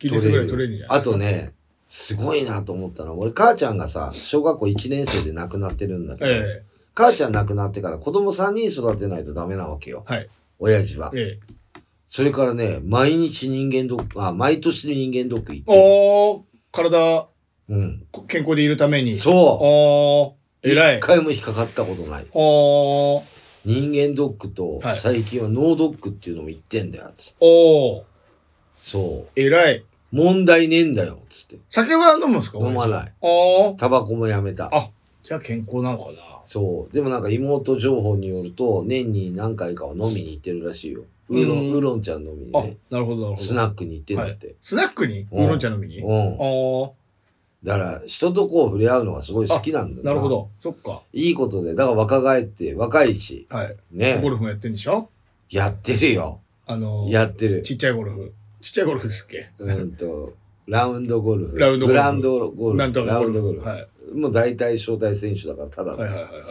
[SPEAKER 2] ギネスぐらい取れるんじゃない
[SPEAKER 1] あとね、すごいなと思ったのは、俺、母ちゃんがさ、小学校1年生で亡くなってるんだけど、
[SPEAKER 2] え
[SPEAKER 1] 母ちゃん亡くなってから子供3人育てないとダメなわけよ。
[SPEAKER 2] え。はい。
[SPEAKER 1] 親父は。
[SPEAKER 2] ええ。
[SPEAKER 1] それからね、毎日人間ドック、あ、毎年人間ドック行ってる。
[SPEAKER 2] おー体、
[SPEAKER 1] うん。
[SPEAKER 2] こ健康でいるために。う。
[SPEAKER 1] そ
[SPEAKER 2] お
[SPEAKER 1] う。
[SPEAKER 2] ー偉い
[SPEAKER 1] 一。回も引っかかったことない。
[SPEAKER 2] おー
[SPEAKER 1] 人間ドックと、
[SPEAKER 2] はい
[SPEAKER 1] 最近は脳ドックっていうのも行ってんだよ、つって
[SPEAKER 2] おー
[SPEAKER 1] そう。
[SPEAKER 2] 偉い。
[SPEAKER 1] 問題ねえんだよ、つって。
[SPEAKER 2] 酒は飲むんですか
[SPEAKER 1] 飲まない。
[SPEAKER 2] おー
[SPEAKER 1] タバコもやめた。
[SPEAKER 2] あ、じゃあ健康なのかな
[SPEAKER 1] そう。でもなんか妹情報によると、年に何回かは飲みに行ってるらしいよ。ウーロン、
[SPEAKER 2] うん
[SPEAKER 1] ウーロンちゃん飲みに
[SPEAKER 2] あ
[SPEAKER 1] ね。、
[SPEAKER 2] なるほど、なるほど。
[SPEAKER 1] スナックに行ってんだって。
[SPEAKER 2] スナックにウーロン茶飲みにあ
[SPEAKER 1] うん。
[SPEAKER 2] ー
[SPEAKER 1] だから、人とこう触れ合うのがすごい好きなんだよ
[SPEAKER 2] なるほ。ど。そっか。
[SPEAKER 1] いいことで。だから若返って、若いし、
[SPEAKER 2] はい。
[SPEAKER 1] ね
[SPEAKER 2] ゴ。ルフもやってんでしょ
[SPEAKER 1] やってるよ。
[SPEAKER 2] あのー、
[SPEAKER 1] やってる。
[SPEAKER 2] ちっちゃいゴルフ。ちっちゃいゴルフですっけ
[SPEAKER 1] うんと、ラウンドゴルフ。
[SPEAKER 2] ラウンドゴルフ
[SPEAKER 1] グランドゴルフ。
[SPEAKER 2] なんとか
[SPEAKER 1] ラ
[SPEAKER 2] ゴ
[SPEAKER 1] ウ
[SPEAKER 2] ル
[SPEAKER 1] ンドゴル
[SPEAKER 2] フ。
[SPEAKER 1] フ。
[SPEAKER 2] はい。
[SPEAKER 1] もう大体招待選手だから、ただの、
[SPEAKER 2] はいはいはいはいはい。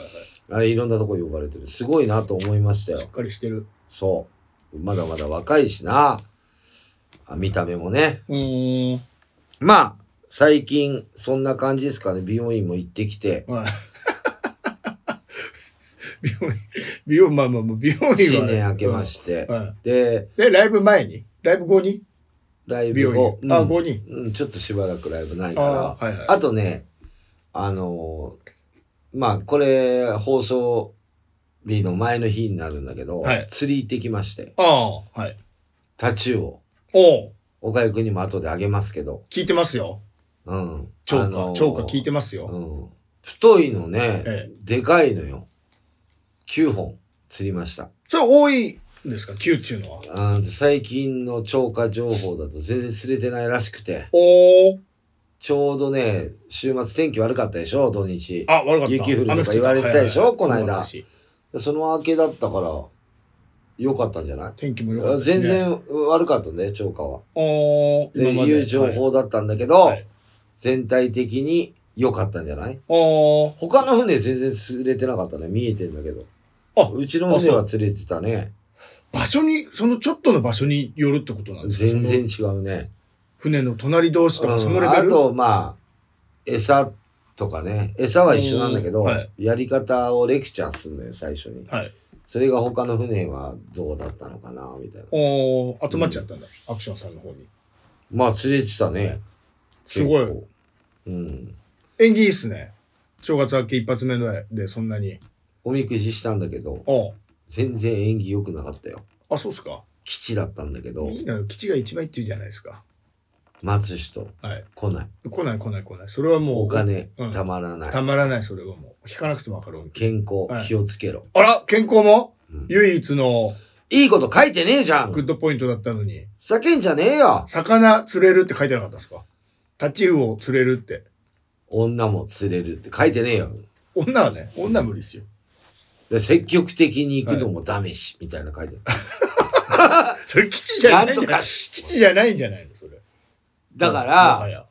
[SPEAKER 1] あれいろんなとこ呼ばれてる。すごいなと思いましたよ
[SPEAKER 2] し。っかりしてる。
[SPEAKER 1] そう。まだまだ若いしな。あ見た目もね。
[SPEAKER 2] うーん。
[SPEAKER 1] まあ、最近、そんな感じですかね。美容院も行ってきて。
[SPEAKER 2] はい。 美容院、美容、まあまあまあ、美容院は、
[SPEAKER 1] 新年明けまして。
[SPEAKER 2] は
[SPEAKER 1] で、
[SPEAKER 2] い。で、ライブ前にライブ後に
[SPEAKER 1] ライ
[SPEAKER 2] 美
[SPEAKER 1] ブ
[SPEAKER 2] 容
[SPEAKER 1] を。
[SPEAKER 2] 院。あ、
[SPEAKER 1] うん
[SPEAKER 2] 後に。
[SPEAKER 1] うん、ちょっとしばらくライブないから。
[SPEAKER 2] あ
[SPEAKER 1] あ,、
[SPEAKER 2] ーはいはい。
[SPEAKER 1] とね、あのーまあ、これ、放送日の前の日になるんだけど、
[SPEAKER 2] はい
[SPEAKER 1] 釣り行ってきまして、
[SPEAKER 2] ああ、はい。
[SPEAKER 1] タチウオ。
[SPEAKER 2] おう
[SPEAKER 1] 岡井くんにも後であげますけど、
[SPEAKER 2] 聞いてますよ。
[SPEAKER 1] うん。
[SPEAKER 2] 超過、
[SPEAKER 1] あのー
[SPEAKER 2] 超過聞いてますよ。
[SPEAKER 1] うん。太いのね、
[SPEAKER 2] え
[SPEAKER 1] でかいのよ。9本釣りました。
[SPEAKER 2] それ多いんですか ?9 っていうのは。
[SPEAKER 1] あー最近の超過情報だと全然釣れてないらしくて、
[SPEAKER 2] おお。
[SPEAKER 1] ちょうどね、週末天気悪かったでしょ、土日。
[SPEAKER 2] あ、悪かった。
[SPEAKER 1] 雪降るとか言われてたでしょ
[SPEAKER 2] 雨降って
[SPEAKER 1] この間
[SPEAKER 2] そうだし
[SPEAKER 1] その明けだったから、良かったんじゃない
[SPEAKER 2] 天気も良かったで
[SPEAKER 1] 全
[SPEAKER 2] すね。。
[SPEAKER 1] 然悪かったね、超過は。
[SPEAKER 2] おー、
[SPEAKER 1] で、
[SPEAKER 2] 今ま
[SPEAKER 1] いう
[SPEAKER 2] で。
[SPEAKER 1] 情報だったんだけど、
[SPEAKER 2] はいはい
[SPEAKER 1] 全体的に良かったんじゃない
[SPEAKER 2] おー、
[SPEAKER 1] 他の船全然釣れてなかったね、見えてんだけど。
[SPEAKER 2] あ
[SPEAKER 1] うちの船は釣れてたね。
[SPEAKER 2] 場所に、そのちょっとの場所によるってことなんですか
[SPEAKER 1] 全。然
[SPEAKER 2] その
[SPEAKER 1] 違うね。
[SPEAKER 2] 船の隣同士とか、そのレベ
[SPEAKER 1] うんあ
[SPEAKER 2] ル。
[SPEAKER 1] と、まあ、餌とかね。餌は一緒なんだけど、
[SPEAKER 2] うんはい
[SPEAKER 1] やり方をレクチャーするのよ、最初に。
[SPEAKER 2] はい。
[SPEAKER 1] それが他の船はどうだったのかな、みたいな。
[SPEAKER 2] おー、集まっちゃったんだ。アクションさんの方に。
[SPEAKER 1] まあ、釣れてたね。
[SPEAKER 2] すごい
[SPEAKER 1] 結構。うん。
[SPEAKER 2] 演技いいっすね。正月明け一発目で、そんなに。
[SPEAKER 1] おみくじしたんだけど、
[SPEAKER 2] おー。
[SPEAKER 1] 全然縁起良くなかったよ。
[SPEAKER 2] あ、そうっすか。
[SPEAKER 1] 吉だったんだけど、
[SPEAKER 2] いいなよ。基地が一番いいって言うじゃないですか。
[SPEAKER 1] 待つ人、
[SPEAKER 2] はい。
[SPEAKER 1] 来ない。
[SPEAKER 2] 来ない来ない来ない。それはもう。
[SPEAKER 1] お金、
[SPEAKER 2] うん
[SPEAKER 1] たまらない。
[SPEAKER 2] たまらない、それはもう。引かなくてもわかる。
[SPEAKER 1] 健
[SPEAKER 2] はい
[SPEAKER 1] 康、気をつけろ。
[SPEAKER 2] あら、健康も、
[SPEAKER 1] うん
[SPEAKER 2] 唯一の
[SPEAKER 1] いいこと書いてねえじゃ
[SPEAKER 2] グッ
[SPEAKER 1] ん
[SPEAKER 2] ドポイントだったのに、
[SPEAKER 1] 叫んじゃねえよ
[SPEAKER 2] 魚釣れるって書いてなかったんですかタチウオ釣れるって。
[SPEAKER 1] 女も釣れるって書いてねえよ。
[SPEAKER 2] 女はね、女は無理っすよ。
[SPEAKER 1] で積極的に行くのもダメし、みたいな書いてある。
[SPEAKER 2] それ基地じゃないん
[SPEAKER 1] なん
[SPEAKER 2] じゃ
[SPEAKER 1] と
[SPEAKER 2] ない
[SPEAKER 1] かし
[SPEAKER 2] 基地じゃないんじゃないのそれ。
[SPEAKER 1] だか
[SPEAKER 2] もは
[SPEAKER 1] ら、
[SPEAKER 2] や、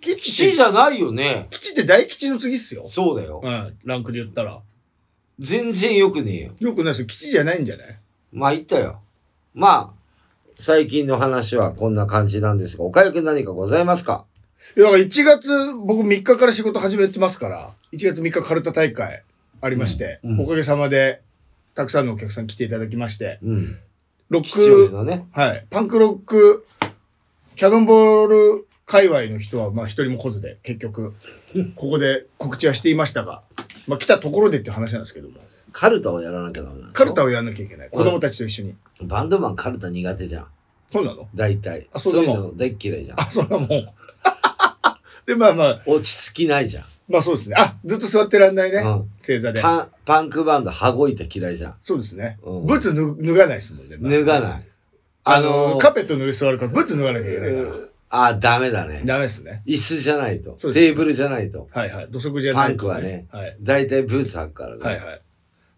[SPEAKER 2] 基
[SPEAKER 1] 基
[SPEAKER 2] 地
[SPEAKER 1] 地
[SPEAKER 2] って、
[SPEAKER 1] じゃないよね。
[SPEAKER 2] 基地って大基地の次っすよ。
[SPEAKER 1] そうだよ
[SPEAKER 2] う。ん、ランクで言ったら。
[SPEAKER 1] 全然良くねえよ。
[SPEAKER 2] よくないっすよ。基地じゃないんじゃない
[SPEAKER 1] まあ言ったよ。まあ、最近の話はこんな感じなんですが、おかゆくん何かございますか
[SPEAKER 2] いやだから1月、僕3日から仕事始めてますから、1月3日カルタ大会ありまして、
[SPEAKER 1] うんうん
[SPEAKER 2] おかげさまで、たくさんのお客さん来ていただきまして、
[SPEAKER 1] うん。
[SPEAKER 2] ロッ
[SPEAKER 1] 吉祥
[SPEAKER 2] ク、
[SPEAKER 1] 寺のね。
[SPEAKER 2] はい、パンクロック、キャノンボール界隈の人は、まあ一人も来ずで、結局、ここで告知はしていましたが、まあ来たところでっていう話なんですけども、
[SPEAKER 1] カルタをやらなきゃダメなの
[SPEAKER 2] カルタをやんなきゃいけない。子供たちと一緒に。
[SPEAKER 1] バンドマンカルタ苦手じゃん。
[SPEAKER 2] そうなの
[SPEAKER 1] 大体。
[SPEAKER 2] あそ
[SPEAKER 1] そうういう
[SPEAKER 2] で
[SPEAKER 1] の大っ嫌いじゃん。
[SPEAKER 2] あ、そうなもん。 で、まあまあ、
[SPEAKER 1] 落ち着きないじゃん。
[SPEAKER 2] まあそうですね。あ、ずっと座ってらんないね。
[SPEAKER 1] うん
[SPEAKER 2] 正座で。
[SPEAKER 1] パン、パンクバンド、羽子板嫌いじゃん。
[SPEAKER 2] そうですね。
[SPEAKER 1] うん
[SPEAKER 2] ブツ脱脱がないですもんね。まず
[SPEAKER 1] 脱がない。
[SPEAKER 2] あ
[SPEAKER 1] あ
[SPEAKER 2] の
[SPEAKER 1] の
[SPEAKER 2] ー、
[SPEAKER 1] ー
[SPEAKER 2] カーペットの上座るからブツ脱がなきゃいけないから。
[SPEAKER 1] あー、ダメだね。
[SPEAKER 2] ダメですね。
[SPEAKER 1] 椅子じゃないと。
[SPEAKER 2] そうですね
[SPEAKER 1] テーブルじゃないと。
[SPEAKER 2] はいはい。土足じゃないと、
[SPEAKER 1] パンクはね
[SPEAKER 2] はい。
[SPEAKER 1] 大体ブーツ履くからね。
[SPEAKER 2] はいはい。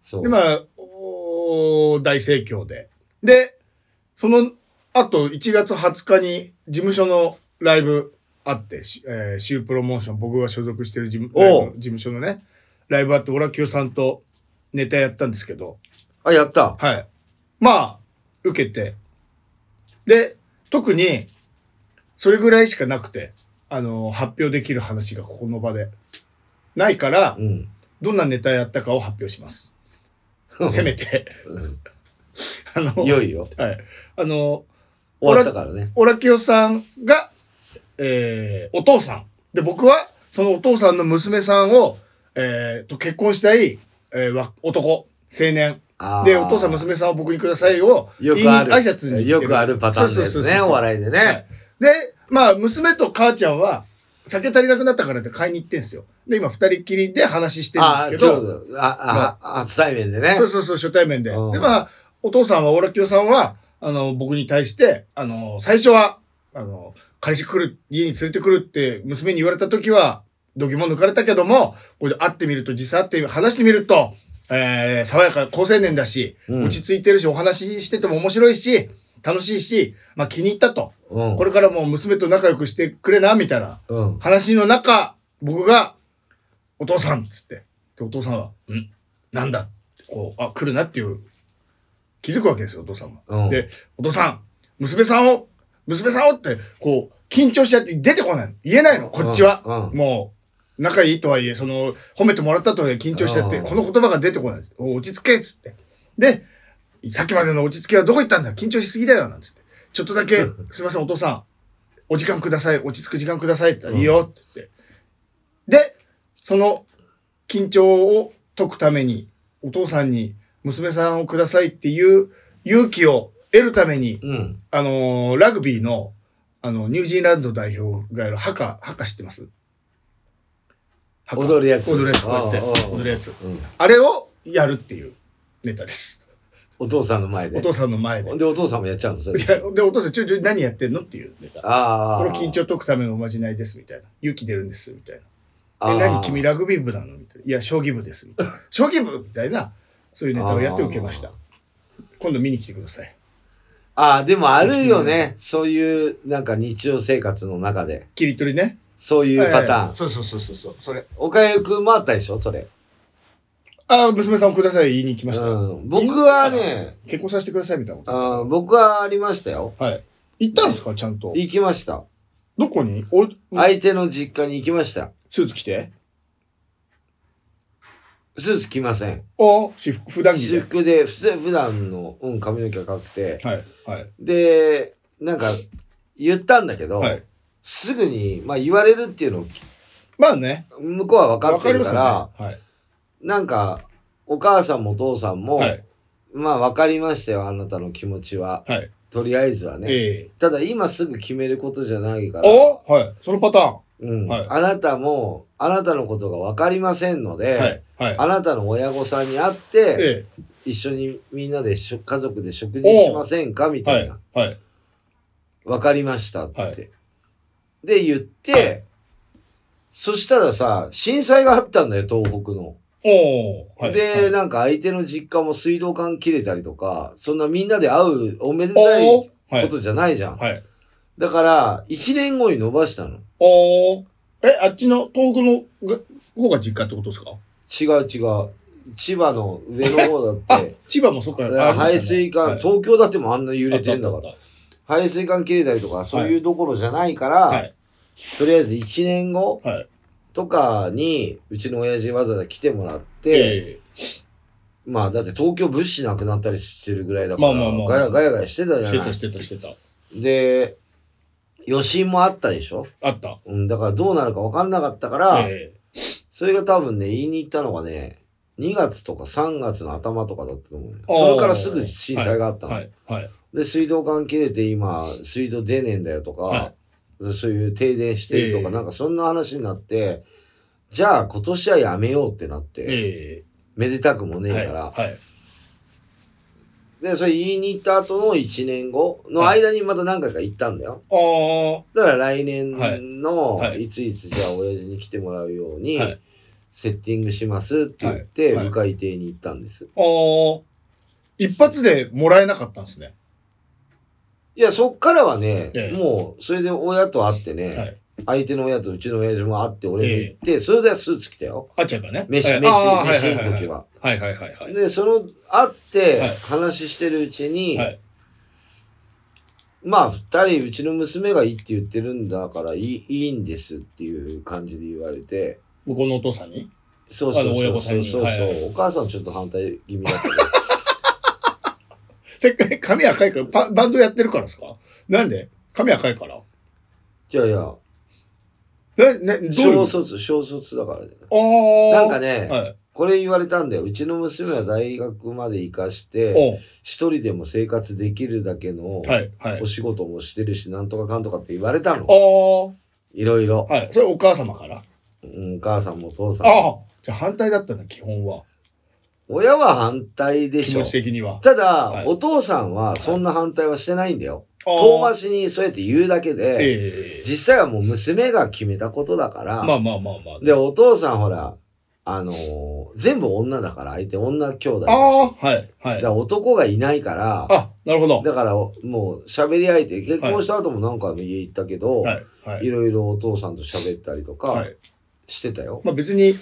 [SPEAKER 1] そう。
[SPEAKER 2] で、まあ、おー大盛況で。で、その後、1月20日に事務所のライブあって、しえー、シュープロモーション、僕が所属してる事務ライ
[SPEAKER 1] おう
[SPEAKER 2] ブ事務所のね、ライブあって、オラキオさんとネタやったんですけど、
[SPEAKER 1] あ、やった。
[SPEAKER 2] はい。まあ、受けて。で、特に、それぐらいしかなくて、あの、発表できる話がここの場で。ないから
[SPEAKER 1] う、ん。
[SPEAKER 2] どんなネタやったかを発表します。せめて。 あの、
[SPEAKER 1] いよいよ。
[SPEAKER 2] はい。あの、
[SPEAKER 1] 終わったからね。
[SPEAKER 2] オラキオさんが、えー、お父さん。で、僕は、そのお父さんの娘さんを、えー、と結婚したい、えー、わ男、青年。
[SPEAKER 1] あー
[SPEAKER 2] で、お父さん、娘さんを僕にくださいを、
[SPEAKER 1] よくある。
[SPEAKER 2] 言いに挨拶に行って
[SPEAKER 1] よくあるパターンのやつ
[SPEAKER 2] そうそうそう
[SPEAKER 1] ね。
[SPEAKER 2] そう
[SPEAKER 1] お笑いで
[SPEAKER 2] はい
[SPEAKER 1] ね。
[SPEAKER 2] で、まあ、娘と母ちゃんは、酒足りなくなったからって買いに行ってんすよ。で、今、二人きりで話してる
[SPEAKER 1] あ
[SPEAKER 2] ん
[SPEAKER 1] ー、
[SPEAKER 2] です
[SPEAKER 1] ち
[SPEAKER 2] け
[SPEAKER 1] ょ
[SPEAKER 2] ど、
[SPEAKER 1] うど。あ、あ、初対面でね
[SPEAKER 2] そ。うそうそう、初対面で。で、
[SPEAKER 1] うん
[SPEAKER 2] まあ、お父さんは、オラキオさんは、あの、僕に対して、あの、最初は、あの、彼氏来る、家に連れてくるって、娘に言われた時は、度肝抜かれたけども、これで会ってみると、実際会って話してみると、えー、爽やか、高青年だし、
[SPEAKER 1] うん
[SPEAKER 2] 落ち着いてるし、お話ししてても面白いし、楽しいし、まあ気に入ったと。
[SPEAKER 1] うん
[SPEAKER 2] こ。れからも娘と仲良くしてくれな、みたいな
[SPEAKER 1] うん。
[SPEAKER 2] 話の中、僕が、お父さんっつって、でお父さんは「んなんだ?」ってこうあ来るなっていう気づくわけですよお父さんも。
[SPEAKER 1] うん
[SPEAKER 2] で「お父さん娘さんを娘さんを」ってこう緊張しちゃって出てこない言えないのこっちは、
[SPEAKER 1] うんうん
[SPEAKER 2] もう仲いいとはいえその褒めてもらったとはいえ緊張しちゃって
[SPEAKER 1] うん
[SPEAKER 2] この言葉が出てこないですお落ち着けっつってでさっきまでの落ち着けはどこ行ったんだ緊張しすぎだよなんつってちょっとだけ「すいませんお父さんお時間ください落ち着く時間ください」って言ったら「いいよ」って言ってでその緊張を解くためにお父さんに娘さんをくださいっていう勇気を得るために
[SPEAKER 1] うん。
[SPEAKER 2] あのーラグビーの、あの、ニュージーランド代表がやるハカ、ハカ知ってますハカ
[SPEAKER 1] 踊るやつ
[SPEAKER 2] 踊るやつ、こうやって
[SPEAKER 1] ああああ
[SPEAKER 2] 踊るやつ。
[SPEAKER 1] うん
[SPEAKER 2] あれをやるっていうネタです。
[SPEAKER 1] お父さんの前で。
[SPEAKER 2] お父さんの前で。
[SPEAKER 1] ほん
[SPEAKER 2] い
[SPEAKER 1] で、お父さんもやっちゃうのそれ。
[SPEAKER 2] やで、お父さん、ちょ、ちょ、何やってんのっていうネタ。
[SPEAKER 1] あ
[SPEAKER 2] こ
[SPEAKER 1] あ。
[SPEAKER 2] の緊張解くためのおまじないです、みたいな。勇気出るんです、みたい
[SPEAKER 1] あ
[SPEAKER 2] な。
[SPEAKER 1] ー
[SPEAKER 2] え、何君ラグビー部なのみたいな。いや、将棋部です、みたいな。将棋部みたいな、そういうネタをやって受けました。今度見に来てください。
[SPEAKER 1] ああ、でもあるよね。そういう、なんか日常生活の中で。
[SPEAKER 2] 切り取りね。
[SPEAKER 1] そういうパターン。
[SPEAKER 2] そうそうそうそうそう。それ。
[SPEAKER 1] おかゆくんもあったでしょそれ。
[SPEAKER 2] あ、娘さんをください、言いに行きました。
[SPEAKER 1] うん僕はね、
[SPEAKER 2] 結婚させてくださいみたいなこ
[SPEAKER 1] あー僕はありましたよ。
[SPEAKER 2] と。はい。行ったんですかちゃんと。
[SPEAKER 1] 行きました。
[SPEAKER 2] どこにお
[SPEAKER 1] 相手の実家に行きました。
[SPEAKER 2] スーツ着て
[SPEAKER 1] スーツ着ません。
[SPEAKER 2] お私服、普段着
[SPEAKER 1] 私
[SPEAKER 2] で。
[SPEAKER 1] 服で、普通普段の、うん、髪の毛が赤くて。
[SPEAKER 2] はい。はい。
[SPEAKER 1] で、なんか、言ったんだけど、
[SPEAKER 2] はい。
[SPEAKER 1] すぐに、まあ言われるっていうのを、
[SPEAKER 2] まあね。
[SPEAKER 1] 向こうは分か
[SPEAKER 2] わ
[SPEAKER 1] って
[SPEAKER 2] かり
[SPEAKER 1] る
[SPEAKER 2] ま
[SPEAKER 1] か
[SPEAKER 2] すよ
[SPEAKER 1] ら、
[SPEAKER 2] ね。
[SPEAKER 1] なんか、お母さんもお父さんも、
[SPEAKER 2] はい。はい。
[SPEAKER 1] まあ分かりましたよ、あなたの気持ちは。
[SPEAKER 2] はい。
[SPEAKER 1] とりあえずはね。
[SPEAKER 2] ええ。
[SPEAKER 1] ただ今すぐ決めることじゃないから、
[SPEAKER 2] おはい。そのパターン。
[SPEAKER 1] うん
[SPEAKER 2] はい
[SPEAKER 1] あなたも、あなたのことが分かりませんので、
[SPEAKER 2] はい。はい。
[SPEAKER 1] あなたの親御さんに会って、
[SPEAKER 2] え
[SPEAKER 1] 一緒にみんなでしょ家族で食事しませんかみ
[SPEAKER 2] え。
[SPEAKER 1] た
[SPEAKER 2] はいい
[SPEAKER 1] な。。
[SPEAKER 2] はい。
[SPEAKER 1] 分かりましたって。
[SPEAKER 2] はい
[SPEAKER 1] で、言って、そしたらさ、震災があったんだよ、東北の。
[SPEAKER 2] おはい。
[SPEAKER 1] で、
[SPEAKER 2] はい、
[SPEAKER 1] なんか相手の実家も水道管切れたりとか、そんなみんなで会うおめでたい
[SPEAKER 2] お
[SPEAKER 1] こ
[SPEAKER 2] はい。
[SPEAKER 1] とじゃないじゃん。
[SPEAKER 2] はい。
[SPEAKER 1] だから、1年後に伸ばしたの。
[SPEAKER 2] おえ、あっちの、東北のが方が実家ってことですか
[SPEAKER 1] 違う違う。千葉の上の方だ
[SPEAKER 2] あ
[SPEAKER 1] って。、
[SPEAKER 2] 千葉もそっか。
[SPEAKER 1] だ
[SPEAKER 2] あ
[SPEAKER 1] か
[SPEAKER 2] りま
[SPEAKER 1] ら
[SPEAKER 2] した
[SPEAKER 1] 排
[SPEAKER 2] ね
[SPEAKER 1] 水管、
[SPEAKER 2] はい
[SPEAKER 1] 東京だってもあんな揺れてんだ
[SPEAKER 2] あっ
[SPEAKER 1] か
[SPEAKER 2] たあ
[SPEAKER 1] ら。
[SPEAKER 2] ったあっ
[SPEAKER 1] 排水管切れたりとか、そういうどころじゃないから、
[SPEAKER 2] たはい。
[SPEAKER 1] とりあえず1年後
[SPEAKER 2] はい。
[SPEAKER 1] とかに、うちの親父わざわざ来てもらって、
[SPEAKER 2] ええ。
[SPEAKER 1] まあだって東京物資なくなったりしてるぐらいだから、
[SPEAKER 2] まあまあまあ
[SPEAKER 1] ガヤガヤガヤしてたじゃ
[SPEAKER 2] して
[SPEAKER 1] ない
[SPEAKER 2] た、してた、してた。
[SPEAKER 1] で、余震もあったでしょ
[SPEAKER 2] あった。
[SPEAKER 1] うん、だからどうなるか分かんなかったから、
[SPEAKER 2] え
[SPEAKER 1] それが多分ね、言いに行ったのがね、2月とか3月の頭とかだったと思うよ
[SPEAKER 2] あー
[SPEAKER 1] それからすぐ震災があっ
[SPEAKER 2] え
[SPEAKER 1] たの。
[SPEAKER 2] はい。はい。
[SPEAKER 1] で、水道管切れて今、水道出ねえんだよとか、
[SPEAKER 2] は
[SPEAKER 1] そういう停電してるとか、
[SPEAKER 2] ええ
[SPEAKER 1] なんかそんな話になって、じゃあ今年はやめようってなって、
[SPEAKER 2] え
[SPEAKER 1] めでたくもね
[SPEAKER 2] え。は
[SPEAKER 1] え
[SPEAKER 2] い。
[SPEAKER 1] から、
[SPEAKER 2] はい。
[SPEAKER 1] で、それ言いに行った後の1年後の間にまた何回か行ったんだよ。
[SPEAKER 2] あ
[SPEAKER 1] だから来年の
[SPEAKER 2] はいはい
[SPEAKER 1] いついつじゃあ親父に来てもらうように
[SPEAKER 2] はい
[SPEAKER 1] セッティングしますって言って
[SPEAKER 2] はいはい
[SPEAKER 1] 部会邸に行ったんです。
[SPEAKER 2] あ、ああ、一発でもらえなかったんですね。
[SPEAKER 1] いや、そっからはね
[SPEAKER 2] え、え
[SPEAKER 1] もうそれで親と会って
[SPEAKER 2] は
[SPEAKER 1] ね、
[SPEAKER 2] い。
[SPEAKER 1] 相手の親とうちの親父も会って俺も行って、それでスーツ着たよ。
[SPEAKER 2] あっちゃんがね。
[SPEAKER 1] 飯、
[SPEAKER 2] はい
[SPEAKER 1] 飯、
[SPEAKER 2] あー
[SPEAKER 1] 飯の時は。
[SPEAKER 2] はいはいはいはい。
[SPEAKER 1] で、その会って
[SPEAKER 2] はい
[SPEAKER 1] 話してるうちに
[SPEAKER 2] はい、
[SPEAKER 1] まあ二人うちの娘がいいって言ってるんだからいいいいんですっていう感じで言われて、
[SPEAKER 2] 向こうのお父さんに。
[SPEAKER 1] そうそう
[SPEAKER 2] あの親
[SPEAKER 1] そう
[SPEAKER 2] 御さん
[SPEAKER 1] そう
[SPEAKER 2] に
[SPEAKER 1] そう、
[SPEAKER 2] はいはい
[SPEAKER 1] お母さんちょっと反対気味だったけ
[SPEAKER 2] せっかく髪赤いからパ、バンドやってるからですかなんで髪赤いから
[SPEAKER 1] どいやいや
[SPEAKER 2] な、な、どういう
[SPEAKER 1] 小卒小卒だからじゃない
[SPEAKER 2] ああ。
[SPEAKER 1] なんかね
[SPEAKER 2] はい。
[SPEAKER 1] これ言われたんだようちの娘は大学まで行かして
[SPEAKER 2] おう
[SPEAKER 1] 一人でも生活できるだけの
[SPEAKER 2] はいはい
[SPEAKER 1] お。仕事もしてるしなんとかかんとかって言われたの
[SPEAKER 2] ああ
[SPEAKER 1] いろいろ、
[SPEAKER 2] ー。はい。それお母様から。あ
[SPEAKER 1] うん、お母さんもお父さんも
[SPEAKER 2] あ。じゃあ反対だったんだ、基本は。
[SPEAKER 1] 親は反対で
[SPEAKER 2] 気
[SPEAKER 1] しょ
[SPEAKER 2] 持ち的には。
[SPEAKER 1] ただ、
[SPEAKER 2] はい
[SPEAKER 1] お父さんはそんな反対はしてないんだよ、
[SPEAKER 2] あー
[SPEAKER 1] 遠回しにそうやって言うだけで、
[SPEAKER 2] ええ。
[SPEAKER 1] 実際はもう娘が決めたことだから、
[SPEAKER 2] まあまあまあまあ。
[SPEAKER 1] で、お父さんほら、あのー全部女だから、相手女兄弟だし。
[SPEAKER 2] ああー、はいは
[SPEAKER 1] だか。
[SPEAKER 2] い
[SPEAKER 1] ら男がいないから、
[SPEAKER 2] あ、なるほど。
[SPEAKER 1] だからもう喋り相手、結婚した後も何回も家行ったけど、
[SPEAKER 2] はいいはい。
[SPEAKER 1] ろいろお父さんと喋ったりと
[SPEAKER 2] は
[SPEAKER 1] か
[SPEAKER 2] い。
[SPEAKER 1] してたよ。
[SPEAKER 2] まあ別に、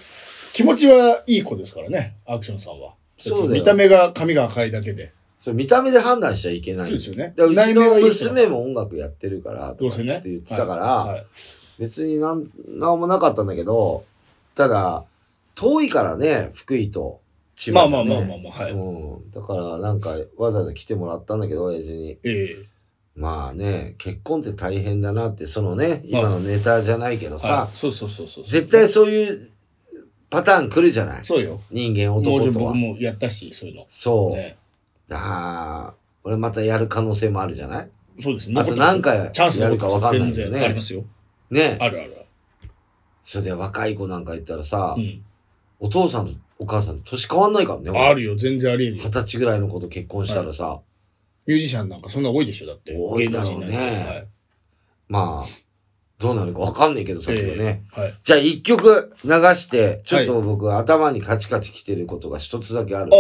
[SPEAKER 2] 気持ちはいい子ですからね、アクションさんは。
[SPEAKER 1] そうだよ
[SPEAKER 2] 見た目が髪が赤いだけで。
[SPEAKER 1] それ見た目で判断しちゃいけない。
[SPEAKER 2] そうですよね
[SPEAKER 1] だからうち
[SPEAKER 2] 内面
[SPEAKER 1] の
[SPEAKER 2] はいい人
[SPEAKER 1] 娘も音楽やってるから、
[SPEAKER 2] ど
[SPEAKER 1] と
[SPEAKER 2] う
[SPEAKER 1] か
[SPEAKER 2] せ
[SPEAKER 1] っつ
[SPEAKER 2] ね
[SPEAKER 1] っ。て言ってたから、
[SPEAKER 2] はいはい
[SPEAKER 1] 別になん、なんもなかったんだけど、ただ、遠いからね、福井と千
[SPEAKER 2] ま
[SPEAKER 1] 葉
[SPEAKER 2] あ
[SPEAKER 1] じ
[SPEAKER 2] ま
[SPEAKER 1] ゃ
[SPEAKER 2] あ
[SPEAKER 1] ね、
[SPEAKER 2] まあまあまあ、はい。
[SPEAKER 1] うん。だから、なんか、わざわざ来てもらったんだけど、親父に。
[SPEAKER 2] ええ
[SPEAKER 1] まあね、結婚って大変だなって、そのね、
[SPEAKER 2] まあ
[SPEAKER 1] 今のネタじゃないけどさ、
[SPEAKER 2] はいそうそうそうそう。
[SPEAKER 1] 絶対そういうパターン来るじゃない
[SPEAKER 2] そうよ。
[SPEAKER 1] 人間
[SPEAKER 2] も
[SPEAKER 1] 男
[SPEAKER 2] う
[SPEAKER 1] とは
[SPEAKER 2] 僕。もやったし、そういうの。
[SPEAKER 1] そう。
[SPEAKER 2] ね、
[SPEAKER 1] ああ、俺またやる可能性もあるじゃない
[SPEAKER 2] そうですね。
[SPEAKER 1] あと何回
[SPEAKER 2] チャンス
[SPEAKER 1] やるか分かんないよね
[SPEAKER 2] 全然ありますよ。
[SPEAKER 1] ね
[SPEAKER 2] あるあるある。
[SPEAKER 1] それで若い子なんか言ったらさ、
[SPEAKER 2] うん。
[SPEAKER 1] お父さんとお母さんと年変わんないからね。俺
[SPEAKER 2] あるよ、全然ありえるよ
[SPEAKER 1] 二。十歳ぐらいの子と結婚したらさ、
[SPEAKER 2] ミュージシャンなんかそんな多いでしょ、だって。
[SPEAKER 1] 多いだろうね
[SPEAKER 2] 芸能人なんてはい
[SPEAKER 1] まあ、どうなるかわかんないけど、さっきのね。
[SPEAKER 2] ええはい。
[SPEAKER 1] じゃあ一曲流して、ちょっと僕は頭にカチカチきてることが一つだけある。
[SPEAKER 2] あ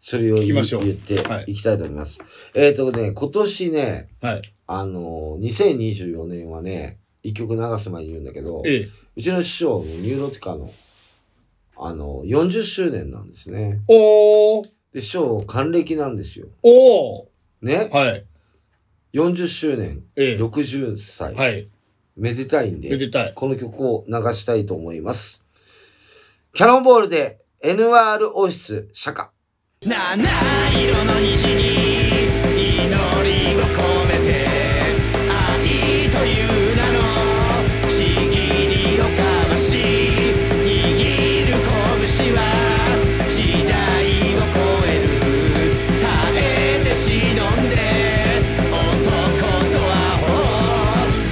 [SPEAKER 1] それを
[SPEAKER 2] 聞き
[SPEAKER 1] 言
[SPEAKER 2] ましょう
[SPEAKER 1] 言って
[SPEAKER 2] はい
[SPEAKER 1] いきたいと思います。えっ、とね、今年ね、
[SPEAKER 2] あ。はい。
[SPEAKER 1] あの2024年はね、一曲流す前に言うんだけど、
[SPEAKER 2] ええ。
[SPEAKER 1] うちの師匠のニューロティカの、あの40周年なんですね。
[SPEAKER 2] おー。
[SPEAKER 1] で、師匠、還暦なんですよ。
[SPEAKER 2] おー。
[SPEAKER 1] ね、
[SPEAKER 2] はい。
[SPEAKER 1] 40周年、
[SPEAKER 2] ええ。
[SPEAKER 1] 60歳、
[SPEAKER 2] はい。
[SPEAKER 1] めでたいんで、
[SPEAKER 2] めでたい。
[SPEAKER 1] この曲を流したいと思います。キャノンボールで NR 王室釈迦。
[SPEAKER 3] 七色の虹に祈りを込めて愛という名のちぎりをかわし握る拳は時代を超える耐えて忍んで男とアホ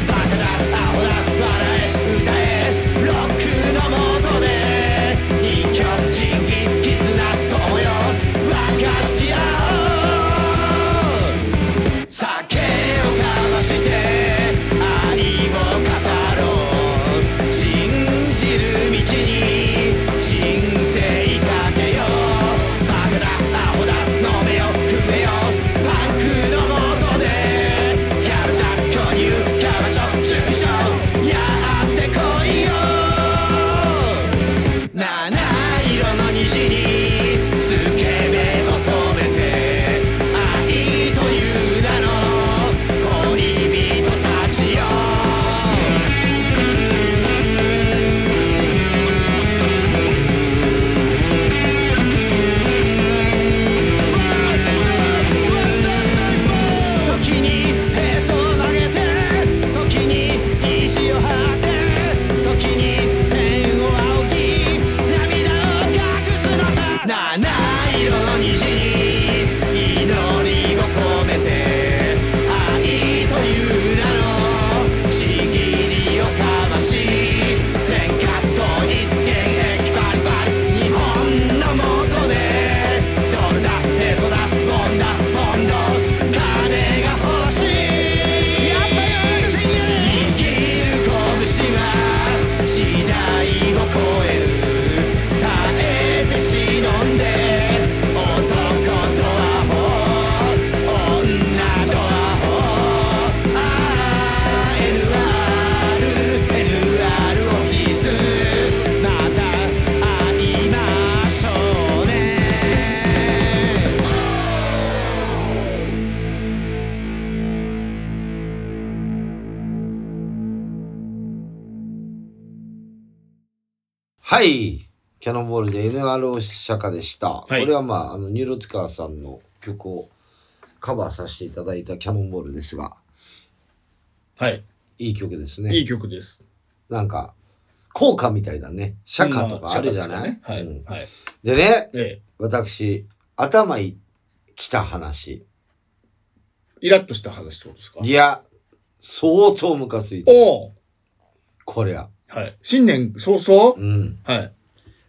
[SPEAKER 3] バカだアホだ笑え歌えロックの下で一挙人気絆友よ分かち合おう酒をかわして愛を語ろう信じる道に人生かけようバカだアホだ飲めよ食えよパンクの元でキャルダ巨乳キャバ嬢熟女やってこいよ七色の虹に透け目を込めて愛という名の恋人たちよ時にへそを曲げて時に意志を張って時に天を仰ぎ涙を隠すのさ七色の虹に祈りを込めて愛という名のちぎりをかわし天下統一現役バリバリ日本のもとでドルだへそだボンだポンド金が欲しいやっぱり俺が握る拳は時代を超える耐えて忍んで男とアホ女とアホあー NRNR オフィスまた会いましょうね
[SPEAKER 1] はい。キャノンボールで NRO 釈迦でした。
[SPEAKER 2] い
[SPEAKER 1] これはまあ、あの、ニューロティカーさんの曲をカバーさせていただいたキャノンボールですが、
[SPEAKER 2] はい。
[SPEAKER 1] いい曲ですね。
[SPEAKER 2] いい曲です。
[SPEAKER 1] なんか、効果みたいだね。釈迦とかあるじゃない、
[SPEAKER 2] まあ釈迦ですよ
[SPEAKER 1] うん
[SPEAKER 2] ねはい。はい。
[SPEAKER 1] でね、
[SPEAKER 2] ええ。
[SPEAKER 1] 私、頭いきた話。
[SPEAKER 2] イラッとした話ってことですか
[SPEAKER 1] いや、相当ムカついた。
[SPEAKER 2] おー。
[SPEAKER 1] こりゃ。
[SPEAKER 2] はい。新年早々
[SPEAKER 1] うん。
[SPEAKER 2] はい。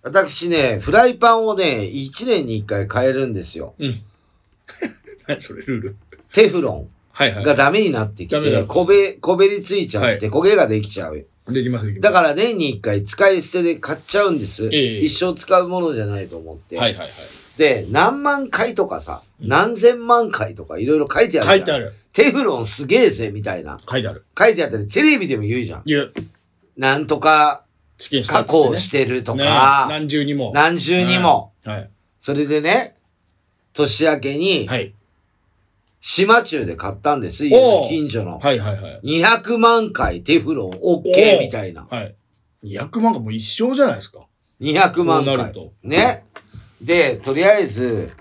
[SPEAKER 1] 私ね、フライパンをね、1年に1回変えるんですよ。
[SPEAKER 2] うん。何それ、ルール。
[SPEAKER 1] テフロン。
[SPEAKER 2] はいは
[SPEAKER 1] がダメになってき
[SPEAKER 2] ダメ
[SPEAKER 1] て、
[SPEAKER 2] だ
[SPEAKER 1] こべ、こべりついちゃって、焦げができちゃう。
[SPEAKER 2] い。できます、できます。
[SPEAKER 1] だから年に一回使い捨てで買っちゃうんです。
[SPEAKER 2] ええ
[SPEAKER 1] 一生使うものじゃないと思って。
[SPEAKER 2] はいはいはい。
[SPEAKER 1] で、何万回とかさ、何千万回とかいろいろ書いてあるじゃん。
[SPEAKER 2] 書いてある。
[SPEAKER 1] テフロンすげえぜ、みたいな。
[SPEAKER 2] 書いてある。
[SPEAKER 1] 書いてあったり、テレビでも言うじゃん。
[SPEAKER 2] いや、
[SPEAKER 1] なんとか、
[SPEAKER 2] チキンした
[SPEAKER 1] 加
[SPEAKER 2] っつってね
[SPEAKER 1] 工してると
[SPEAKER 2] ね
[SPEAKER 1] か、
[SPEAKER 2] 何重にも。
[SPEAKER 1] 何重にも、
[SPEAKER 2] はい。
[SPEAKER 1] それでね、年明けに、
[SPEAKER 2] はい。
[SPEAKER 1] 島中で買ったんです、家
[SPEAKER 2] お
[SPEAKER 1] の
[SPEAKER 2] ー
[SPEAKER 1] 近所の。
[SPEAKER 2] はいはいはい。
[SPEAKER 1] 200万回テフロン OK みたいな。
[SPEAKER 2] はい。200万がもう一生じゃないですか。
[SPEAKER 1] 200万
[SPEAKER 2] そうなる
[SPEAKER 1] 回
[SPEAKER 2] と。
[SPEAKER 1] ね。で、とりあえず、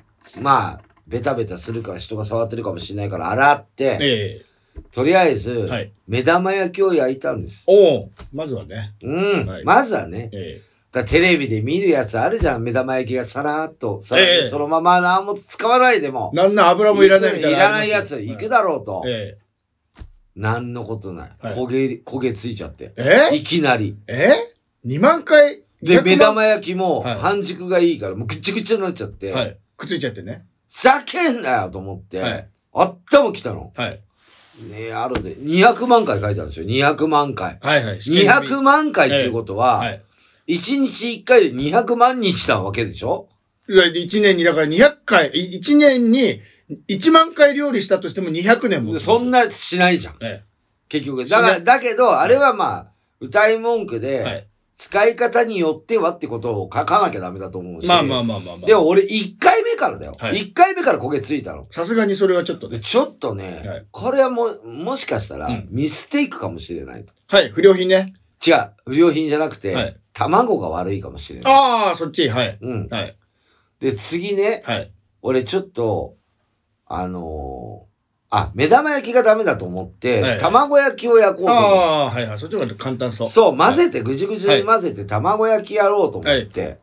[SPEAKER 1] まあ、ベタベタするから人が触ってるかもしれないから洗って、
[SPEAKER 2] ええ
[SPEAKER 1] とりあえず
[SPEAKER 2] はい、
[SPEAKER 1] 目玉焼きを焼いたんです。
[SPEAKER 2] おおまずはね。
[SPEAKER 1] うん。
[SPEAKER 2] はい
[SPEAKER 1] まずはね、
[SPEAKER 2] え
[SPEAKER 1] だからテレビで見るやつあるじゃん。目玉焼きがさらーっと、さら
[SPEAKER 2] ええ
[SPEAKER 1] そのまま何も使わないでも
[SPEAKER 2] え。なんなら油もいらないみたいな。
[SPEAKER 1] らないやつ、行くだろうと。
[SPEAKER 2] はいえ
[SPEAKER 1] 何のことない。
[SPEAKER 2] はい
[SPEAKER 1] 焦げ、焦げついちゃって。
[SPEAKER 2] え
[SPEAKER 1] いきなり。
[SPEAKER 2] ええ ?2 万回
[SPEAKER 1] で、目玉
[SPEAKER 2] 焼
[SPEAKER 1] 焼きも
[SPEAKER 2] はい
[SPEAKER 1] 半熟がいいから、もうぐっちゃぐちゃになっちゃって、
[SPEAKER 2] はい。くっついちゃってね。
[SPEAKER 1] ざけんなよと思って、
[SPEAKER 2] はい
[SPEAKER 1] 頭来たの。
[SPEAKER 2] はい。
[SPEAKER 1] ねあるで、200万回書いてあるんですよ。200万回。
[SPEAKER 2] はいはい。
[SPEAKER 1] 200万回っていうこと
[SPEAKER 2] は
[SPEAKER 1] は、
[SPEAKER 2] い。
[SPEAKER 1] 1日1回で200万日なわけでしょ
[SPEAKER 2] 1年に、だから200回、1年に1万回料理したとしても200年も。
[SPEAKER 1] でそん
[SPEAKER 2] な。
[SPEAKER 1] なしないじゃん。
[SPEAKER 2] え
[SPEAKER 1] 結局。
[SPEAKER 2] しな
[SPEAKER 1] だから、だけど、あれはまあ、歌い文句
[SPEAKER 2] え。
[SPEAKER 1] で、
[SPEAKER 2] はい。
[SPEAKER 1] 使い方によってはってことを書かなきゃダメだと思うし。
[SPEAKER 2] まあまあまあまあまあ。
[SPEAKER 1] でも俺1回目からだよ。
[SPEAKER 2] はい
[SPEAKER 1] 1回目から焦げついたの。
[SPEAKER 2] さすがにそれはちょっと
[SPEAKER 1] で
[SPEAKER 2] ね。
[SPEAKER 1] ちょっとね、
[SPEAKER 2] はい
[SPEAKER 1] これはもう、もしかしたら
[SPEAKER 2] うん
[SPEAKER 1] ミステイクかもしれないと。
[SPEAKER 2] はい。不良品ね。
[SPEAKER 1] 違う、不良品じゃなくて、
[SPEAKER 2] はい
[SPEAKER 1] 卵が悪いかもしれない。
[SPEAKER 2] ああ、そっち。はい。
[SPEAKER 1] うん。
[SPEAKER 2] はい。
[SPEAKER 1] で、次ね、
[SPEAKER 2] はい。
[SPEAKER 1] 俺ちょっと、あのーあ、目玉焼きがダメだと思って、
[SPEAKER 2] はい
[SPEAKER 1] 卵焼きを焼こうと思って。
[SPEAKER 2] ああー、はいはい。そっちの方が簡単そう。
[SPEAKER 1] そう、混ぜて、ぐじゅぐじゅに混ぜて、卵焼きやろうと思って、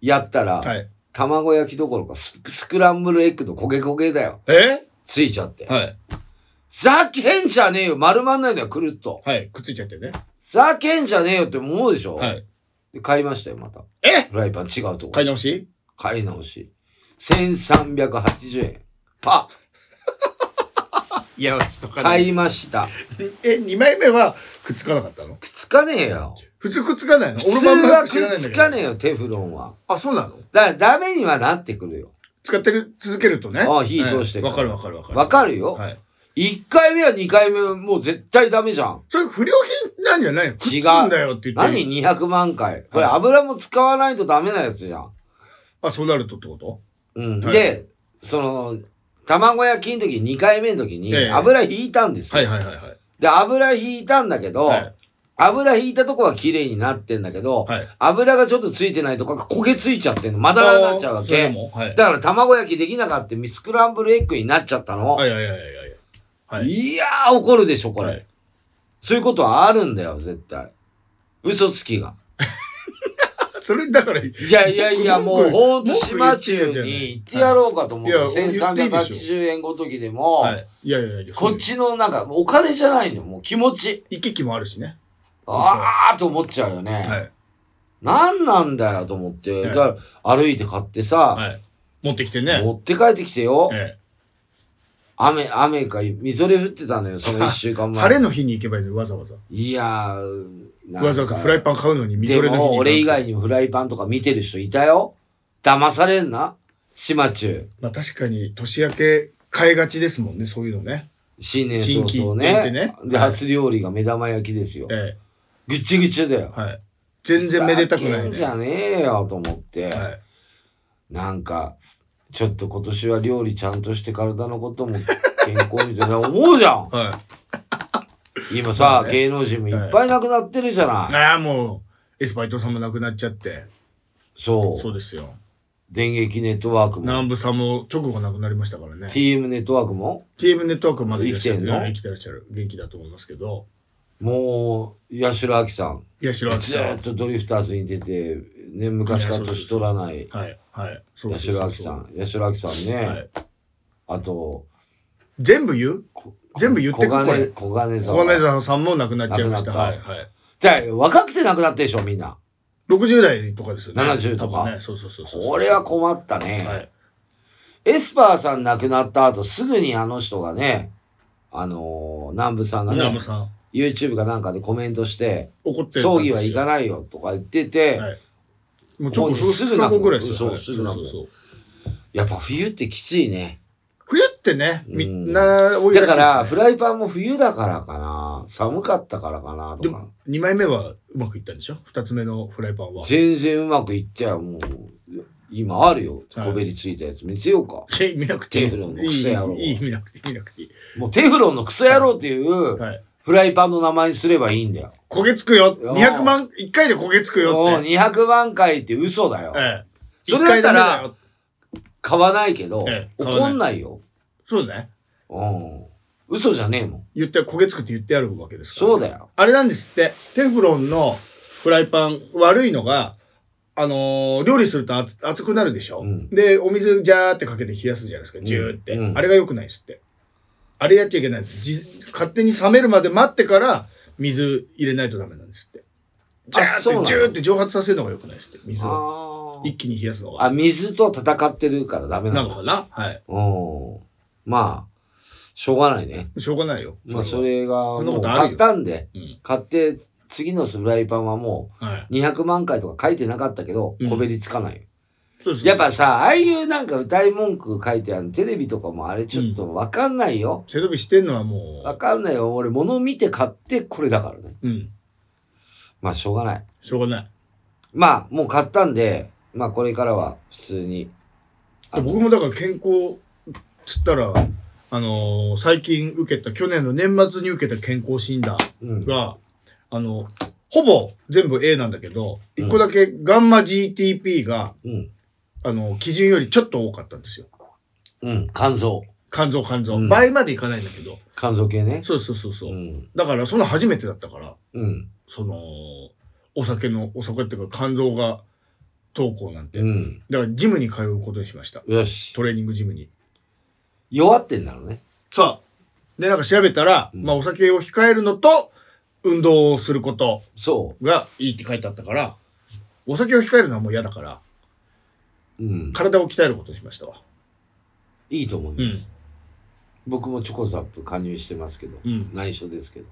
[SPEAKER 1] やったら、
[SPEAKER 2] はい。
[SPEAKER 1] 卵焼きどころかス、スクランブルエッグの焦げ焦げだよ。
[SPEAKER 2] え
[SPEAKER 1] ついちゃって。
[SPEAKER 2] はい。
[SPEAKER 1] ざけんじゃねえよ丸まんないんだよ、くるっと。
[SPEAKER 2] はい。くっついちゃってね。
[SPEAKER 1] ざけんじゃねえよって思うでしょ
[SPEAKER 2] はい。
[SPEAKER 1] で、買いましたよ、また。
[SPEAKER 2] え
[SPEAKER 1] フライパン違うとこ。
[SPEAKER 2] 買い直し
[SPEAKER 1] 買い直し。1380円。パ
[SPEAKER 2] いや、ちょっと
[SPEAKER 1] ッ買いました。
[SPEAKER 2] え、2枚目はくっつかなかったの
[SPEAKER 1] くっつかねえよ。
[SPEAKER 2] 普通くっつかないの
[SPEAKER 1] 普通
[SPEAKER 2] 俺もあん
[SPEAKER 1] は
[SPEAKER 2] ま
[SPEAKER 1] く
[SPEAKER 2] 知らない
[SPEAKER 1] っ
[SPEAKER 2] んだ
[SPEAKER 1] つ
[SPEAKER 2] け
[SPEAKER 1] か
[SPEAKER 2] ど。
[SPEAKER 1] ねえよ、テフロンは。
[SPEAKER 2] あ、そうなの
[SPEAKER 1] だからダメにはなってくるよ。
[SPEAKER 2] 使ってる、続けるとね。
[SPEAKER 1] あ火通して
[SPEAKER 2] はい
[SPEAKER 1] る
[SPEAKER 2] わかるわかるわかる。
[SPEAKER 1] わかるよ。
[SPEAKER 2] はい。
[SPEAKER 1] 1回目は2回目はもう絶対ダメじゃん。
[SPEAKER 2] それ不良品なんじゃないのくっつくんだよって言って。
[SPEAKER 1] 何 ?200 万回。これ油も使わないとダメなやつじゃん。
[SPEAKER 2] あ、そうなるとってこと
[SPEAKER 1] うん。
[SPEAKER 2] はい
[SPEAKER 1] で、その、卵焼きの時、2回目の時に
[SPEAKER 2] ええ
[SPEAKER 1] 油引いたんです
[SPEAKER 2] は
[SPEAKER 1] よ。
[SPEAKER 2] いはいはいはい。
[SPEAKER 1] で、油引いたんだけど、
[SPEAKER 2] はい
[SPEAKER 1] 油引いたとこは綺麗になってんだけど、
[SPEAKER 2] はい
[SPEAKER 1] 油がちょっとついてないとこが焦げついちゃってんの。まだらになっちゃうわ
[SPEAKER 2] それ
[SPEAKER 1] け。
[SPEAKER 2] もはい。
[SPEAKER 1] だから卵焼きできなかったミスクランブルエッグになっちゃったの。、
[SPEAKER 2] はいいはいはいはいはい。はい。
[SPEAKER 1] やー、怒るでしょ、これ。
[SPEAKER 2] はい
[SPEAKER 1] そういうことはあるんだよ、絶対。嘘つきが。
[SPEAKER 2] それだから、い
[SPEAKER 1] いやいや いや、もう、
[SPEAKER 2] 文句
[SPEAKER 1] ほんと
[SPEAKER 2] 文
[SPEAKER 1] 島
[SPEAKER 2] 句言ってんじ
[SPEAKER 1] 中
[SPEAKER 2] ゃない
[SPEAKER 1] に行ってやろうかと思う。
[SPEAKER 2] はいいや
[SPEAKER 1] 1380円ごときでも、
[SPEAKER 2] はい。いやいやいや。
[SPEAKER 1] こっ。ちのなんか、もうお金じゃないのよ、もう気持ち。
[SPEAKER 2] 行き来もあるしね。
[SPEAKER 1] あーと思っちゃうよね。
[SPEAKER 2] はい。
[SPEAKER 1] なんなんだよと思って、
[SPEAKER 2] ええ
[SPEAKER 1] だから歩いて買ってさ、
[SPEAKER 2] はい。持ってきてね。
[SPEAKER 1] 持って帰ってきてよ、
[SPEAKER 2] え
[SPEAKER 1] 雨、雨か、みぞれ降ってたのよ、その一週間
[SPEAKER 2] え
[SPEAKER 1] 前。
[SPEAKER 2] 晴れの日に行けばいいのにわざわざ。
[SPEAKER 1] いやー、なんか
[SPEAKER 2] わざわざフライパン買うのに、みぞれ
[SPEAKER 1] で
[SPEAKER 2] の日に。
[SPEAKER 1] も、俺以。外にもフライパンとか見てる人いたよ。騙されんな。島中。
[SPEAKER 2] まあ確かに、年明け買いがちですもんね、そういうのね。
[SPEAKER 1] 新年早々
[SPEAKER 2] 新
[SPEAKER 1] ね。
[SPEAKER 2] 規行ってね
[SPEAKER 1] で、
[SPEAKER 2] はい
[SPEAKER 1] 初料理が目玉焼きですよ。
[SPEAKER 2] ええ。
[SPEAKER 1] ぐっちぐちだよ。
[SPEAKER 2] はい。全然めでたく
[SPEAKER 1] ふ
[SPEAKER 2] な
[SPEAKER 1] ざけ
[SPEAKER 2] い
[SPEAKER 1] ん
[SPEAKER 2] ね。
[SPEAKER 1] じゃねえよと思って。
[SPEAKER 2] はい。
[SPEAKER 1] なんか、ちょっと今年は料理ちゃんとして体のことも健康みたい な思うじゃん
[SPEAKER 2] は
[SPEAKER 1] 今さ、
[SPEAKER 2] そうね
[SPEAKER 1] 芸能人もいっぱい亡くなってるじゃない、
[SPEAKER 2] い。ああ、もう、エスパイトさんも亡くなっちゃって。
[SPEAKER 1] そう
[SPEAKER 2] そうですよ。
[SPEAKER 1] 電撃ネットワークも
[SPEAKER 2] 南部さんも直後亡くなりましたからね。
[SPEAKER 1] TM ネットワークも
[SPEAKER 2] TM ネットワークまでいらっしゃる
[SPEAKER 1] 生きてんの
[SPEAKER 2] うん生きてらっしゃる。元気だと思いますけど。
[SPEAKER 1] もう八代亜紀さん
[SPEAKER 2] いや、知らん
[SPEAKER 1] ずーっとドリフターズに出て、ね、昔から年取らない
[SPEAKER 2] はい。はい。そう
[SPEAKER 1] 八
[SPEAKER 2] そうそう
[SPEAKER 1] 代亜紀さ。ん八代亜紀さんね、
[SPEAKER 2] はい。
[SPEAKER 1] あと
[SPEAKER 2] 全部言う
[SPEAKER 1] こ
[SPEAKER 2] 全部言ってく
[SPEAKER 1] 小
[SPEAKER 2] こ
[SPEAKER 1] 金
[SPEAKER 2] れ。
[SPEAKER 1] 小金
[SPEAKER 2] 小金
[SPEAKER 1] 沢
[SPEAKER 2] 沢さんも亡くなっちゃいました。
[SPEAKER 1] 亡くな
[SPEAKER 2] は
[SPEAKER 1] っ
[SPEAKER 2] い。はい。
[SPEAKER 1] だから若くて亡くなってるでしょみんな
[SPEAKER 2] 60代とかですよね。
[SPEAKER 1] 70とか
[SPEAKER 2] 多分ね。そうそうそうそう。
[SPEAKER 1] これは困ったね、
[SPEAKER 2] はい。
[SPEAKER 1] エスパーさん亡くなった後、すぐにあの人がね、あのー南部さんが
[SPEAKER 2] 南
[SPEAKER 1] ね
[SPEAKER 2] 部、さん、
[SPEAKER 1] YouTube かなんかでコメントして、
[SPEAKER 2] 怒って
[SPEAKER 1] 葬儀は行か
[SPEAKER 2] な
[SPEAKER 1] ないよとか言ってて、
[SPEAKER 2] い。もうちょっと
[SPEAKER 1] もうすぐ
[SPEAKER 2] 2日後ぐらいですよ。
[SPEAKER 1] そう
[SPEAKER 2] はい
[SPEAKER 1] すぐなく
[SPEAKER 2] そうそうそう
[SPEAKER 1] やっぱ冬ってきついね。
[SPEAKER 2] 冬っってね、み
[SPEAKER 1] うん
[SPEAKER 2] んな多いらし
[SPEAKER 1] だ
[SPEAKER 2] いです
[SPEAKER 1] から、フライパンも冬だからかな。寒かったからかな、
[SPEAKER 2] で
[SPEAKER 1] とか
[SPEAKER 2] も。、2枚目はうまくいったんでしょ ?2 つ目のフライパンは。
[SPEAKER 1] 全然うまくいっちゃう、もう。今あるよ。
[SPEAKER 2] はい
[SPEAKER 1] こべりついたやつ。見せようか。
[SPEAKER 2] いや見なくていい。
[SPEAKER 1] テーブルの癖野郎
[SPEAKER 2] いい、いい、見なくていい、見なくていい。
[SPEAKER 1] もうテフロンのクソ野郎っていう、
[SPEAKER 2] はい。
[SPEAKER 1] フライパンの名前にすればいいんだよ。
[SPEAKER 2] 焦げつくよ。
[SPEAKER 1] ー
[SPEAKER 2] 200万、1回で焦げつくよ
[SPEAKER 1] もう
[SPEAKER 2] って。
[SPEAKER 1] 200万回って嘘だよ。
[SPEAKER 2] ええ。
[SPEAKER 1] それだったら
[SPEAKER 2] 一回ダメだよ、
[SPEAKER 1] 買わないけど、
[SPEAKER 2] ええ買わない
[SPEAKER 1] 怒んないよ。
[SPEAKER 2] そうだね。
[SPEAKER 1] うん。嘘じゃねえもん。
[SPEAKER 2] 言って、焦げつくって言ってあるわけですから。
[SPEAKER 1] そうだよ。
[SPEAKER 2] あれなんですって、テフロンのフライパン、悪いのが、あのー料理すると熱熱くなるでしょ、
[SPEAKER 1] うん
[SPEAKER 2] で、お水ジャーってかけて冷やすじゃないですか、ジューって。
[SPEAKER 1] うん
[SPEAKER 2] あれが良くないですって。あれやっちゃいけないですじ勝手に冷めるまで待ってから、水入れないとダメなんですって。ジャ
[SPEAKER 1] あそうな
[SPEAKER 2] ーっ
[SPEAKER 1] の
[SPEAKER 2] て、ジューって蒸発させるのが良くないですって、水を。
[SPEAKER 1] あー
[SPEAKER 2] 一気に冷やすの
[SPEAKER 1] あ、
[SPEAKER 2] が。
[SPEAKER 1] 水と戦ってるからダメな
[SPEAKER 2] な
[SPEAKER 1] の
[SPEAKER 2] のかなはい。
[SPEAKER 1] うん。まあ、しょうがないね。
[SPEAKER 2] しょうがないよ。
[SPEAKER 1] まあ、そ
[SPEAKER 2] れ
[SPEAKER 1] れが、
[SPEAKER 2] そん
[SPEAKER 1] も
[SPEAKER 2] なこ
[SPEAKER 1] う
[SPEAKER 2] とあるよ
[SPEAKER 1] 買ったんで、
[SPEAKER 2] うん
[SPEAKER 1] 買って、次のフライパンはも、
[SPEAKER 2] は。はいう
[SPEAKER 1] 200万回とか書いてなかったけど、
[SPEAKER 2] うん
[SPEAKER 1] こべりつかないよ。
[SPEAKER 2] そうですね。
[SPEAKER 1] やっぱさ、ああいうなんか歌い文句書いてあるテレビとかもあれちょっとわかんないよ。
[SPEAKER 2] 背伸びしてんのはも
[SPEAKER 1] わかんないよ。俺、物見て買ってこれだからね。
[SPEAKER 2] う、うん。
[SPEAKER 1] まあ、しょうがない。
[SPEAKER 2] しょうがない。
[SPEAKER 1] まあ、もう買ったんで、まあ、これからは普通に。あの
[SPEAKER 2] 僕もだから健康つったら、あのー最近受けた、去年の年末に受けた健康診断
[SPEAKER 1] うん。
[SPEAKER 2] が、あの、ほぼ全部 A なんだけど、
[SPEAKER 1] うん
[SPEAKER 2] 一個だけガンマ GTP が、
[SPEAKER 1] うん。
[SPEAKER 2] あの、基準よりちょっと多かったんですよ。
[SPEAKER 1] うん。肝臓。
[SPEAKER 2] 肝臓、肝臓。
[SPEAKER 1] うん
[SPEAKER 2] 倍までいかないんだけど。
[SPEAKER 1] 肝臓系ね。
[SPEAKER 2] そうそうそうそうう。
[SPEAKER 1] ん。
[SPEAKER 2] だから、その初めてだったから、
[SPEAKER 1] うん。
[SPEAKER 2] その、お酒の、お酒っていうか肝臓が投稿なんて。
[SPEAKER 1] うん。
[SPEAKER 2] だから、ジムに通うことにしました。
[SPEAKER 1] よし。
[SPEAKER 2] トレーニングジムに。
[SPEAKER 1] 弱ってんだろうね。
[SPEAKER 2] そう。で、なんか調べたら、
[SPEAKER 1] うん
[SPEAKER 2] まあお酒を控えるのと、運動をすること
[SPEAKER 1] そ
[SPEAKER 2] がいいって書いてあったから、お酒を控えるのはもう嫌だから、
[SPEAKER 1] う。うん。
[SPEAKER 2] 体を鍛えることにしましたわ。
[SPEAKER 1] いいと思います。
[SPEAKER 2] うん。
[SPEAKER 1] 僕もチョコザップ加入してますけど、
[SPEAKER 2] うん
[SPEAKER 1] 内緒ですけど。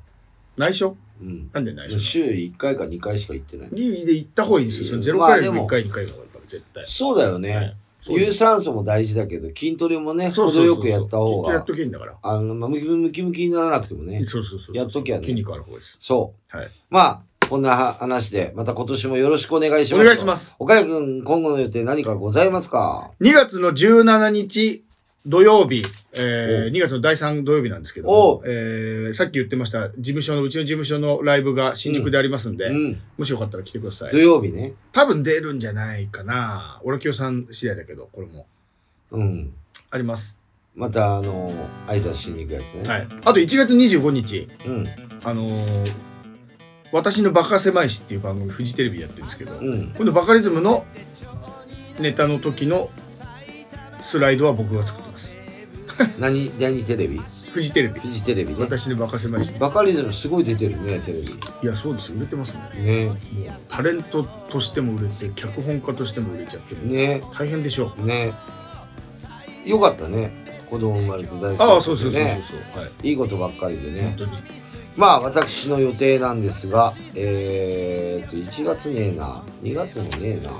[SPEAKER 2] 内緒
[SPEAKER 1] うん。
[SPEAKER 2] なんで内緒
[SPEAKER 1] 週1回か2回しか行ってない。
[SPEAKER 2] リーで行った方がいいんですよ。そのゼロ
[SPEAKER 1] まあ
[SPEAKER 2] 回
[SPEAKER 1] で
[SPEAKER 2] より
[SPEAKER 1] も
[SPEAKER 2] も1回、2回の方がいいから、絶対。
[SPEAKER 1] そうだよね。
[SPEAKER 2] はいそう
[SPEAKER 1] 有酸素も大事だけど、筋トレもね、
[SPEAKER 2] そう
[SPEAKER 1] 程
[SPEAKER 2] そうそう
[SPEAKER 1] よくやった方
[SPEAKER 2] きっとやっ
[SPEAKER 1] が
[SPEAKER 2] と、けんだから。
[SPEAKER 1] あの、まあムキムキムキにならなくてもね。
[SPEAKER 2] そうそうそうそう。
[SPEAKER 1] やっときゃね
[SPEAKER 2] 筋肉ある方がいいです。
[SPEAKER 1] そう。
[SPEAKER 2] はい。
[SPEAKER 1] まあ、こんな話で、また今年もよろしくお願いします。
[SPEAKER 2] お願いします。
[SPEAKER 1] 岡谷くん、今後の予定何かございますか
[SPEAKER 2] 2月の17日土曜日、えー、2月の第3土曜日なんですけど
[SPEAKER 1] おう
[SPEAKER 2] も、えー、さっき言ってました、事務所の、うちの事務所のライブが新宿でありますんで、
[SPEAKER 1] うん。
[SPEAKER 2] もしよかったら来てくださ
[SPEAKER 1] 土
[SPEAKER 2] い。
[SPEAKER 1] 曜日ね。
[SPEAKER 2] 多分出るんじゃないかな。オラキオさん次第だけど、これも。
[SPEAKER 1] うん。
[SPEAKER 2] あります。
[SPEAKER 1] また、あの、挨拶しに行くやつね。
[SPEAKER 2] はい。あと1月25日、
[SPEAKER 1] うん。
[SPEAKER 2] あのー私のバカ狭いしっていう番組、フジテレビでやってるんですけど、
[SPEAKER 1] うん。
[SPEAKER 2] 今度バカリズムのネタの時のスライドは僕が作ってます。
[SPEAKER 1] 何、何テレビ
[SPEAKER 2] フジテレビ。
[SPEAKER 1] フジテレビね。
[SPEAKER 2] 私のバカ狭いし。
[SPEAKER 1] バカリズムすごい出てるね、テレ
[SPEAKER 2] いや、そうですよ。売れてますね。
[SPEAKER 1] ビ。ね。
[SPEAKER 2] もうタレントとしても売れて、脚本家としても売れちゃってる。
[SPEAKER 1] ね。
[SPEAKER 2] 大変でしょう。
[SPEAKER 1] ね。よかったね。子供生まれて大好き、ね。
[SPEAKER 2] ああ、そうそうそうそうそう。はい。
[SPEAKER 1] いいことばっかりで
[SPEAKER 2] 本
[SPEAKER 1] ね。
[SPEAKER 2] 当に。
[SPEAKER 1] まあ私の予定なんですが、えー、っと、1月ねえな、2月もねえな、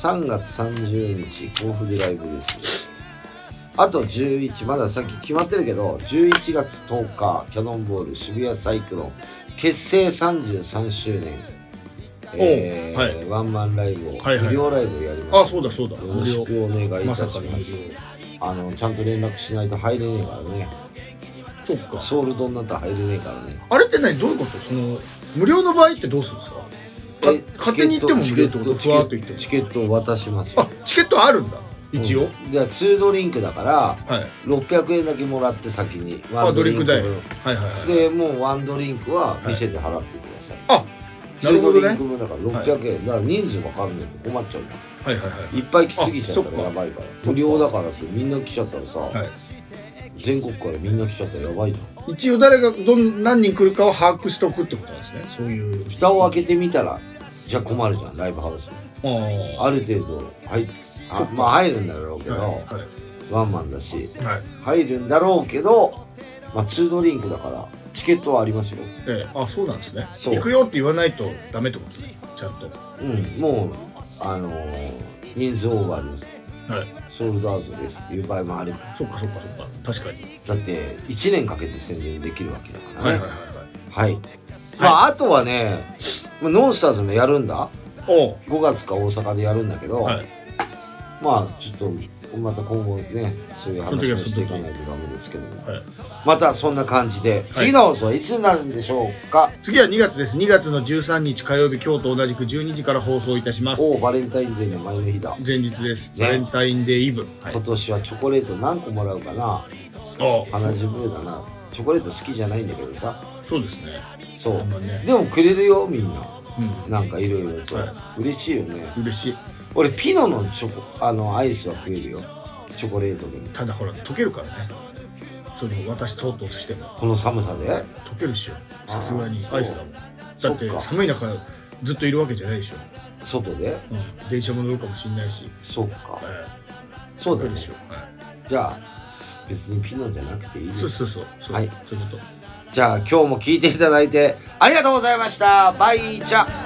[SPEAKER 1] 3月30日、甲府でライブです、ね。あと11、まださっき決まってるけど、11月10日、キャノンボール渋谷サイクロン、結成33周年、えー
[SPEAKER 2] おうはい
[SPEAKER 1] ワンマンライブを、
[SPEAKER 2] はいはい
[SPEAKER 1] 無料ライブをやります。
[SPEAKER 2] あ、そうだそうだ。
[SPEAKER 1] よろしくお願いいたしま。
[SPEAKER 2] ますさかの無料。
[SPEAKER 1] あの、ちゃんと連絡しないと入れねえからね。
[SPEAKER 2] そうか。
[SPEAKER 1] ソールドになったら入れねえからね。
[SPEAKER 2] あれって何どういうことその、無料の場合ってどうするんですかか
[SPEAKER 1] え
[SPEAKER 2] 勝手に行っても無料ってことふわーっと行っても
[SPEAKER 1] チケットを渡します
[SPEAKER 2] あ、チケットあるんだ。一応。
[SPEAKER 1] じゃあ2ドリンクだから
[SPEAKER 2] はい。
[SPEAKER 1] 600円だけもらって先に
[SPEAKER 2] あ、ドリンク代。はい
[SPEAKER 1] 分
[SPEAKER 2] はいはい。
[SPEAKER 1] でもうワンドリンクは店で払ってください、
[SPEAKER 2] あ、なるほど
[SPEAKER 1] 2ド
[SPEAKER 2] ね
[SPEAKER 1] リンク分だから600円、だから人数わかんないと困っちゃうじ
[SPEAKER 2] はいはいはい
[SPEAKER 1] ゃんいっぱい来すぎちゃった
[SPEAKER 2] あそ
[SPEAKER 1] ら
[SPEAKER 2] っか
[SPEAKER 1] やばいから無料だからってみんな来ちゃったらさ、
[SPEAKER 2] はい。
[SPEAKER 1] 全国からみんな来ちゃったらやばいじゃん
[SPEAKER 2] 一応誰がどん何人来るかを把握しておくってことなんですね。そういう。
[SPEAKER 1] 蓋を開けてみたらじゃあ困るじゃんライブハウス
[SPEAKER 2] あ
[SPEAKER 1] ある程度入っあまあ入るんだろうけ
[SPEAKER 2] あ。
[SPEAKER 1] ど、
[SPEAKER 2] は
[SPEAKER 1] ワンマンだし
[SPEAKER 2] い。はい。
[SPEAKER 1] 入るんだろうけど、まあ、2ドリンクだからチケットはありますよ、
[SPEAKER 2] ええ、あそうなんですね
[SPEAKER 1] そう
[SPEAKER 2] 行くよって言わないとダメってことねちゃんと
[SPEAKER 1] うん、もうあのー人数オーバーです
[SPEAKER 4] はい
[SPEAKER 1] ソールドアウトですっていう場合もあるから
[SPEAKER 4] そっかそっかそっか確かに
[SPEAKER 1] だって1年かけて宣伝できるわけだか
[SPEAKER 4] は
[SPEAKER 1] らねはいい、
[SPEAKER 4] はい
[SPEAKER 1] まああとはねまあノンスターズもやるんだ
[SPEAKER 4] はいはい
[SPEAKER 1] 5月か大阪でやるんだけど、
[SPEAKER 4] おはい
[SPEAKER 1] まあちょっとまた今後ねそういう話をしていかないとダメですけども
[SPEAKER 4] はい
[SPEAKER 1] またそんな感じで次の放送はいつになるんでしょうか、
[SPEAKER 2] 次は2月です2月の13日火曜日今日と同じく12時から放送いたします
[SPEAKER 1] おおバレンタインデーの前の日だ、
[SPEAKER 2] 前日です
[SPEAKER 1] ね
[SPEAKER 2] バレンタインデーイブ、はい
[SPEAKER 1] 今年はチョコレート何個もらうかな
[SPEAKER 4] あ
[SPEAKER 1] 鼻血ブーだなチョコレート好きじゃないんだけどさ
[SPEAKER 4] そうですね
[SPEAKER 1] そう、
[SPEAKER 4] あんまね
[SPEAKER 1] でもくれるよみんな
[SPEAKER 4] う
[SPEAKER 1] なんかいろいろと、
[SPEAKER 4] は
[SPEAKER 1] 嬉しいよね
[SPEAKER 4] ん嬉しい
[SPEAKER 1] 俺ピノのチョコあのアイスは食えるよチョコレートでも
[SPEAKER 4] ただほら溶けるからねその私とうとうしても
[SPEAKER 1] この寒さで
[SPEAKER 4] 溶けるっしょさすがに
[SPEAKER 1] あーそう
[SPEAKER 4] アイスだもん
[SPEAKER 1] そ
[SPEAKER 4] だ
[SPEAKER 1] っ
[SPEAKER 4] っ
[SPEAKER 1] か
[SPEAKER 4] て寒い中ずっといるわけじゃないでしょ、
[SPEAKER 1] 外で
[SPEAKER 4] うん、電車も乗るかもしれないし、
[SPEAKER 1] そう
[SPEAKER 4] え
[SPEAKER 1] か
[SPEAKER 4] ー
[SPEAKER 1] そう
[SPEAKER 4] 溶
[SPEAKER 1] だ
[SPEAKER 4] け
[SPEAKER 1] よ
[SPEAKER 4] るっ
[SPEAKER 1] ね
[SPEAKER 4] しょ、は
[SPEAKER 1] じゃあ別にピノじゃなくていいで
[SPEAKER 4] い、
[SPEAKER 1] す
[SPEAKER 4] そうそうそうそう、
[SPEAKER 1] はい
[SPEAKER 4] そういうこと
[SPEAKER 1] じゃあ今日も聞いていただいてありがとうございましたバイチャ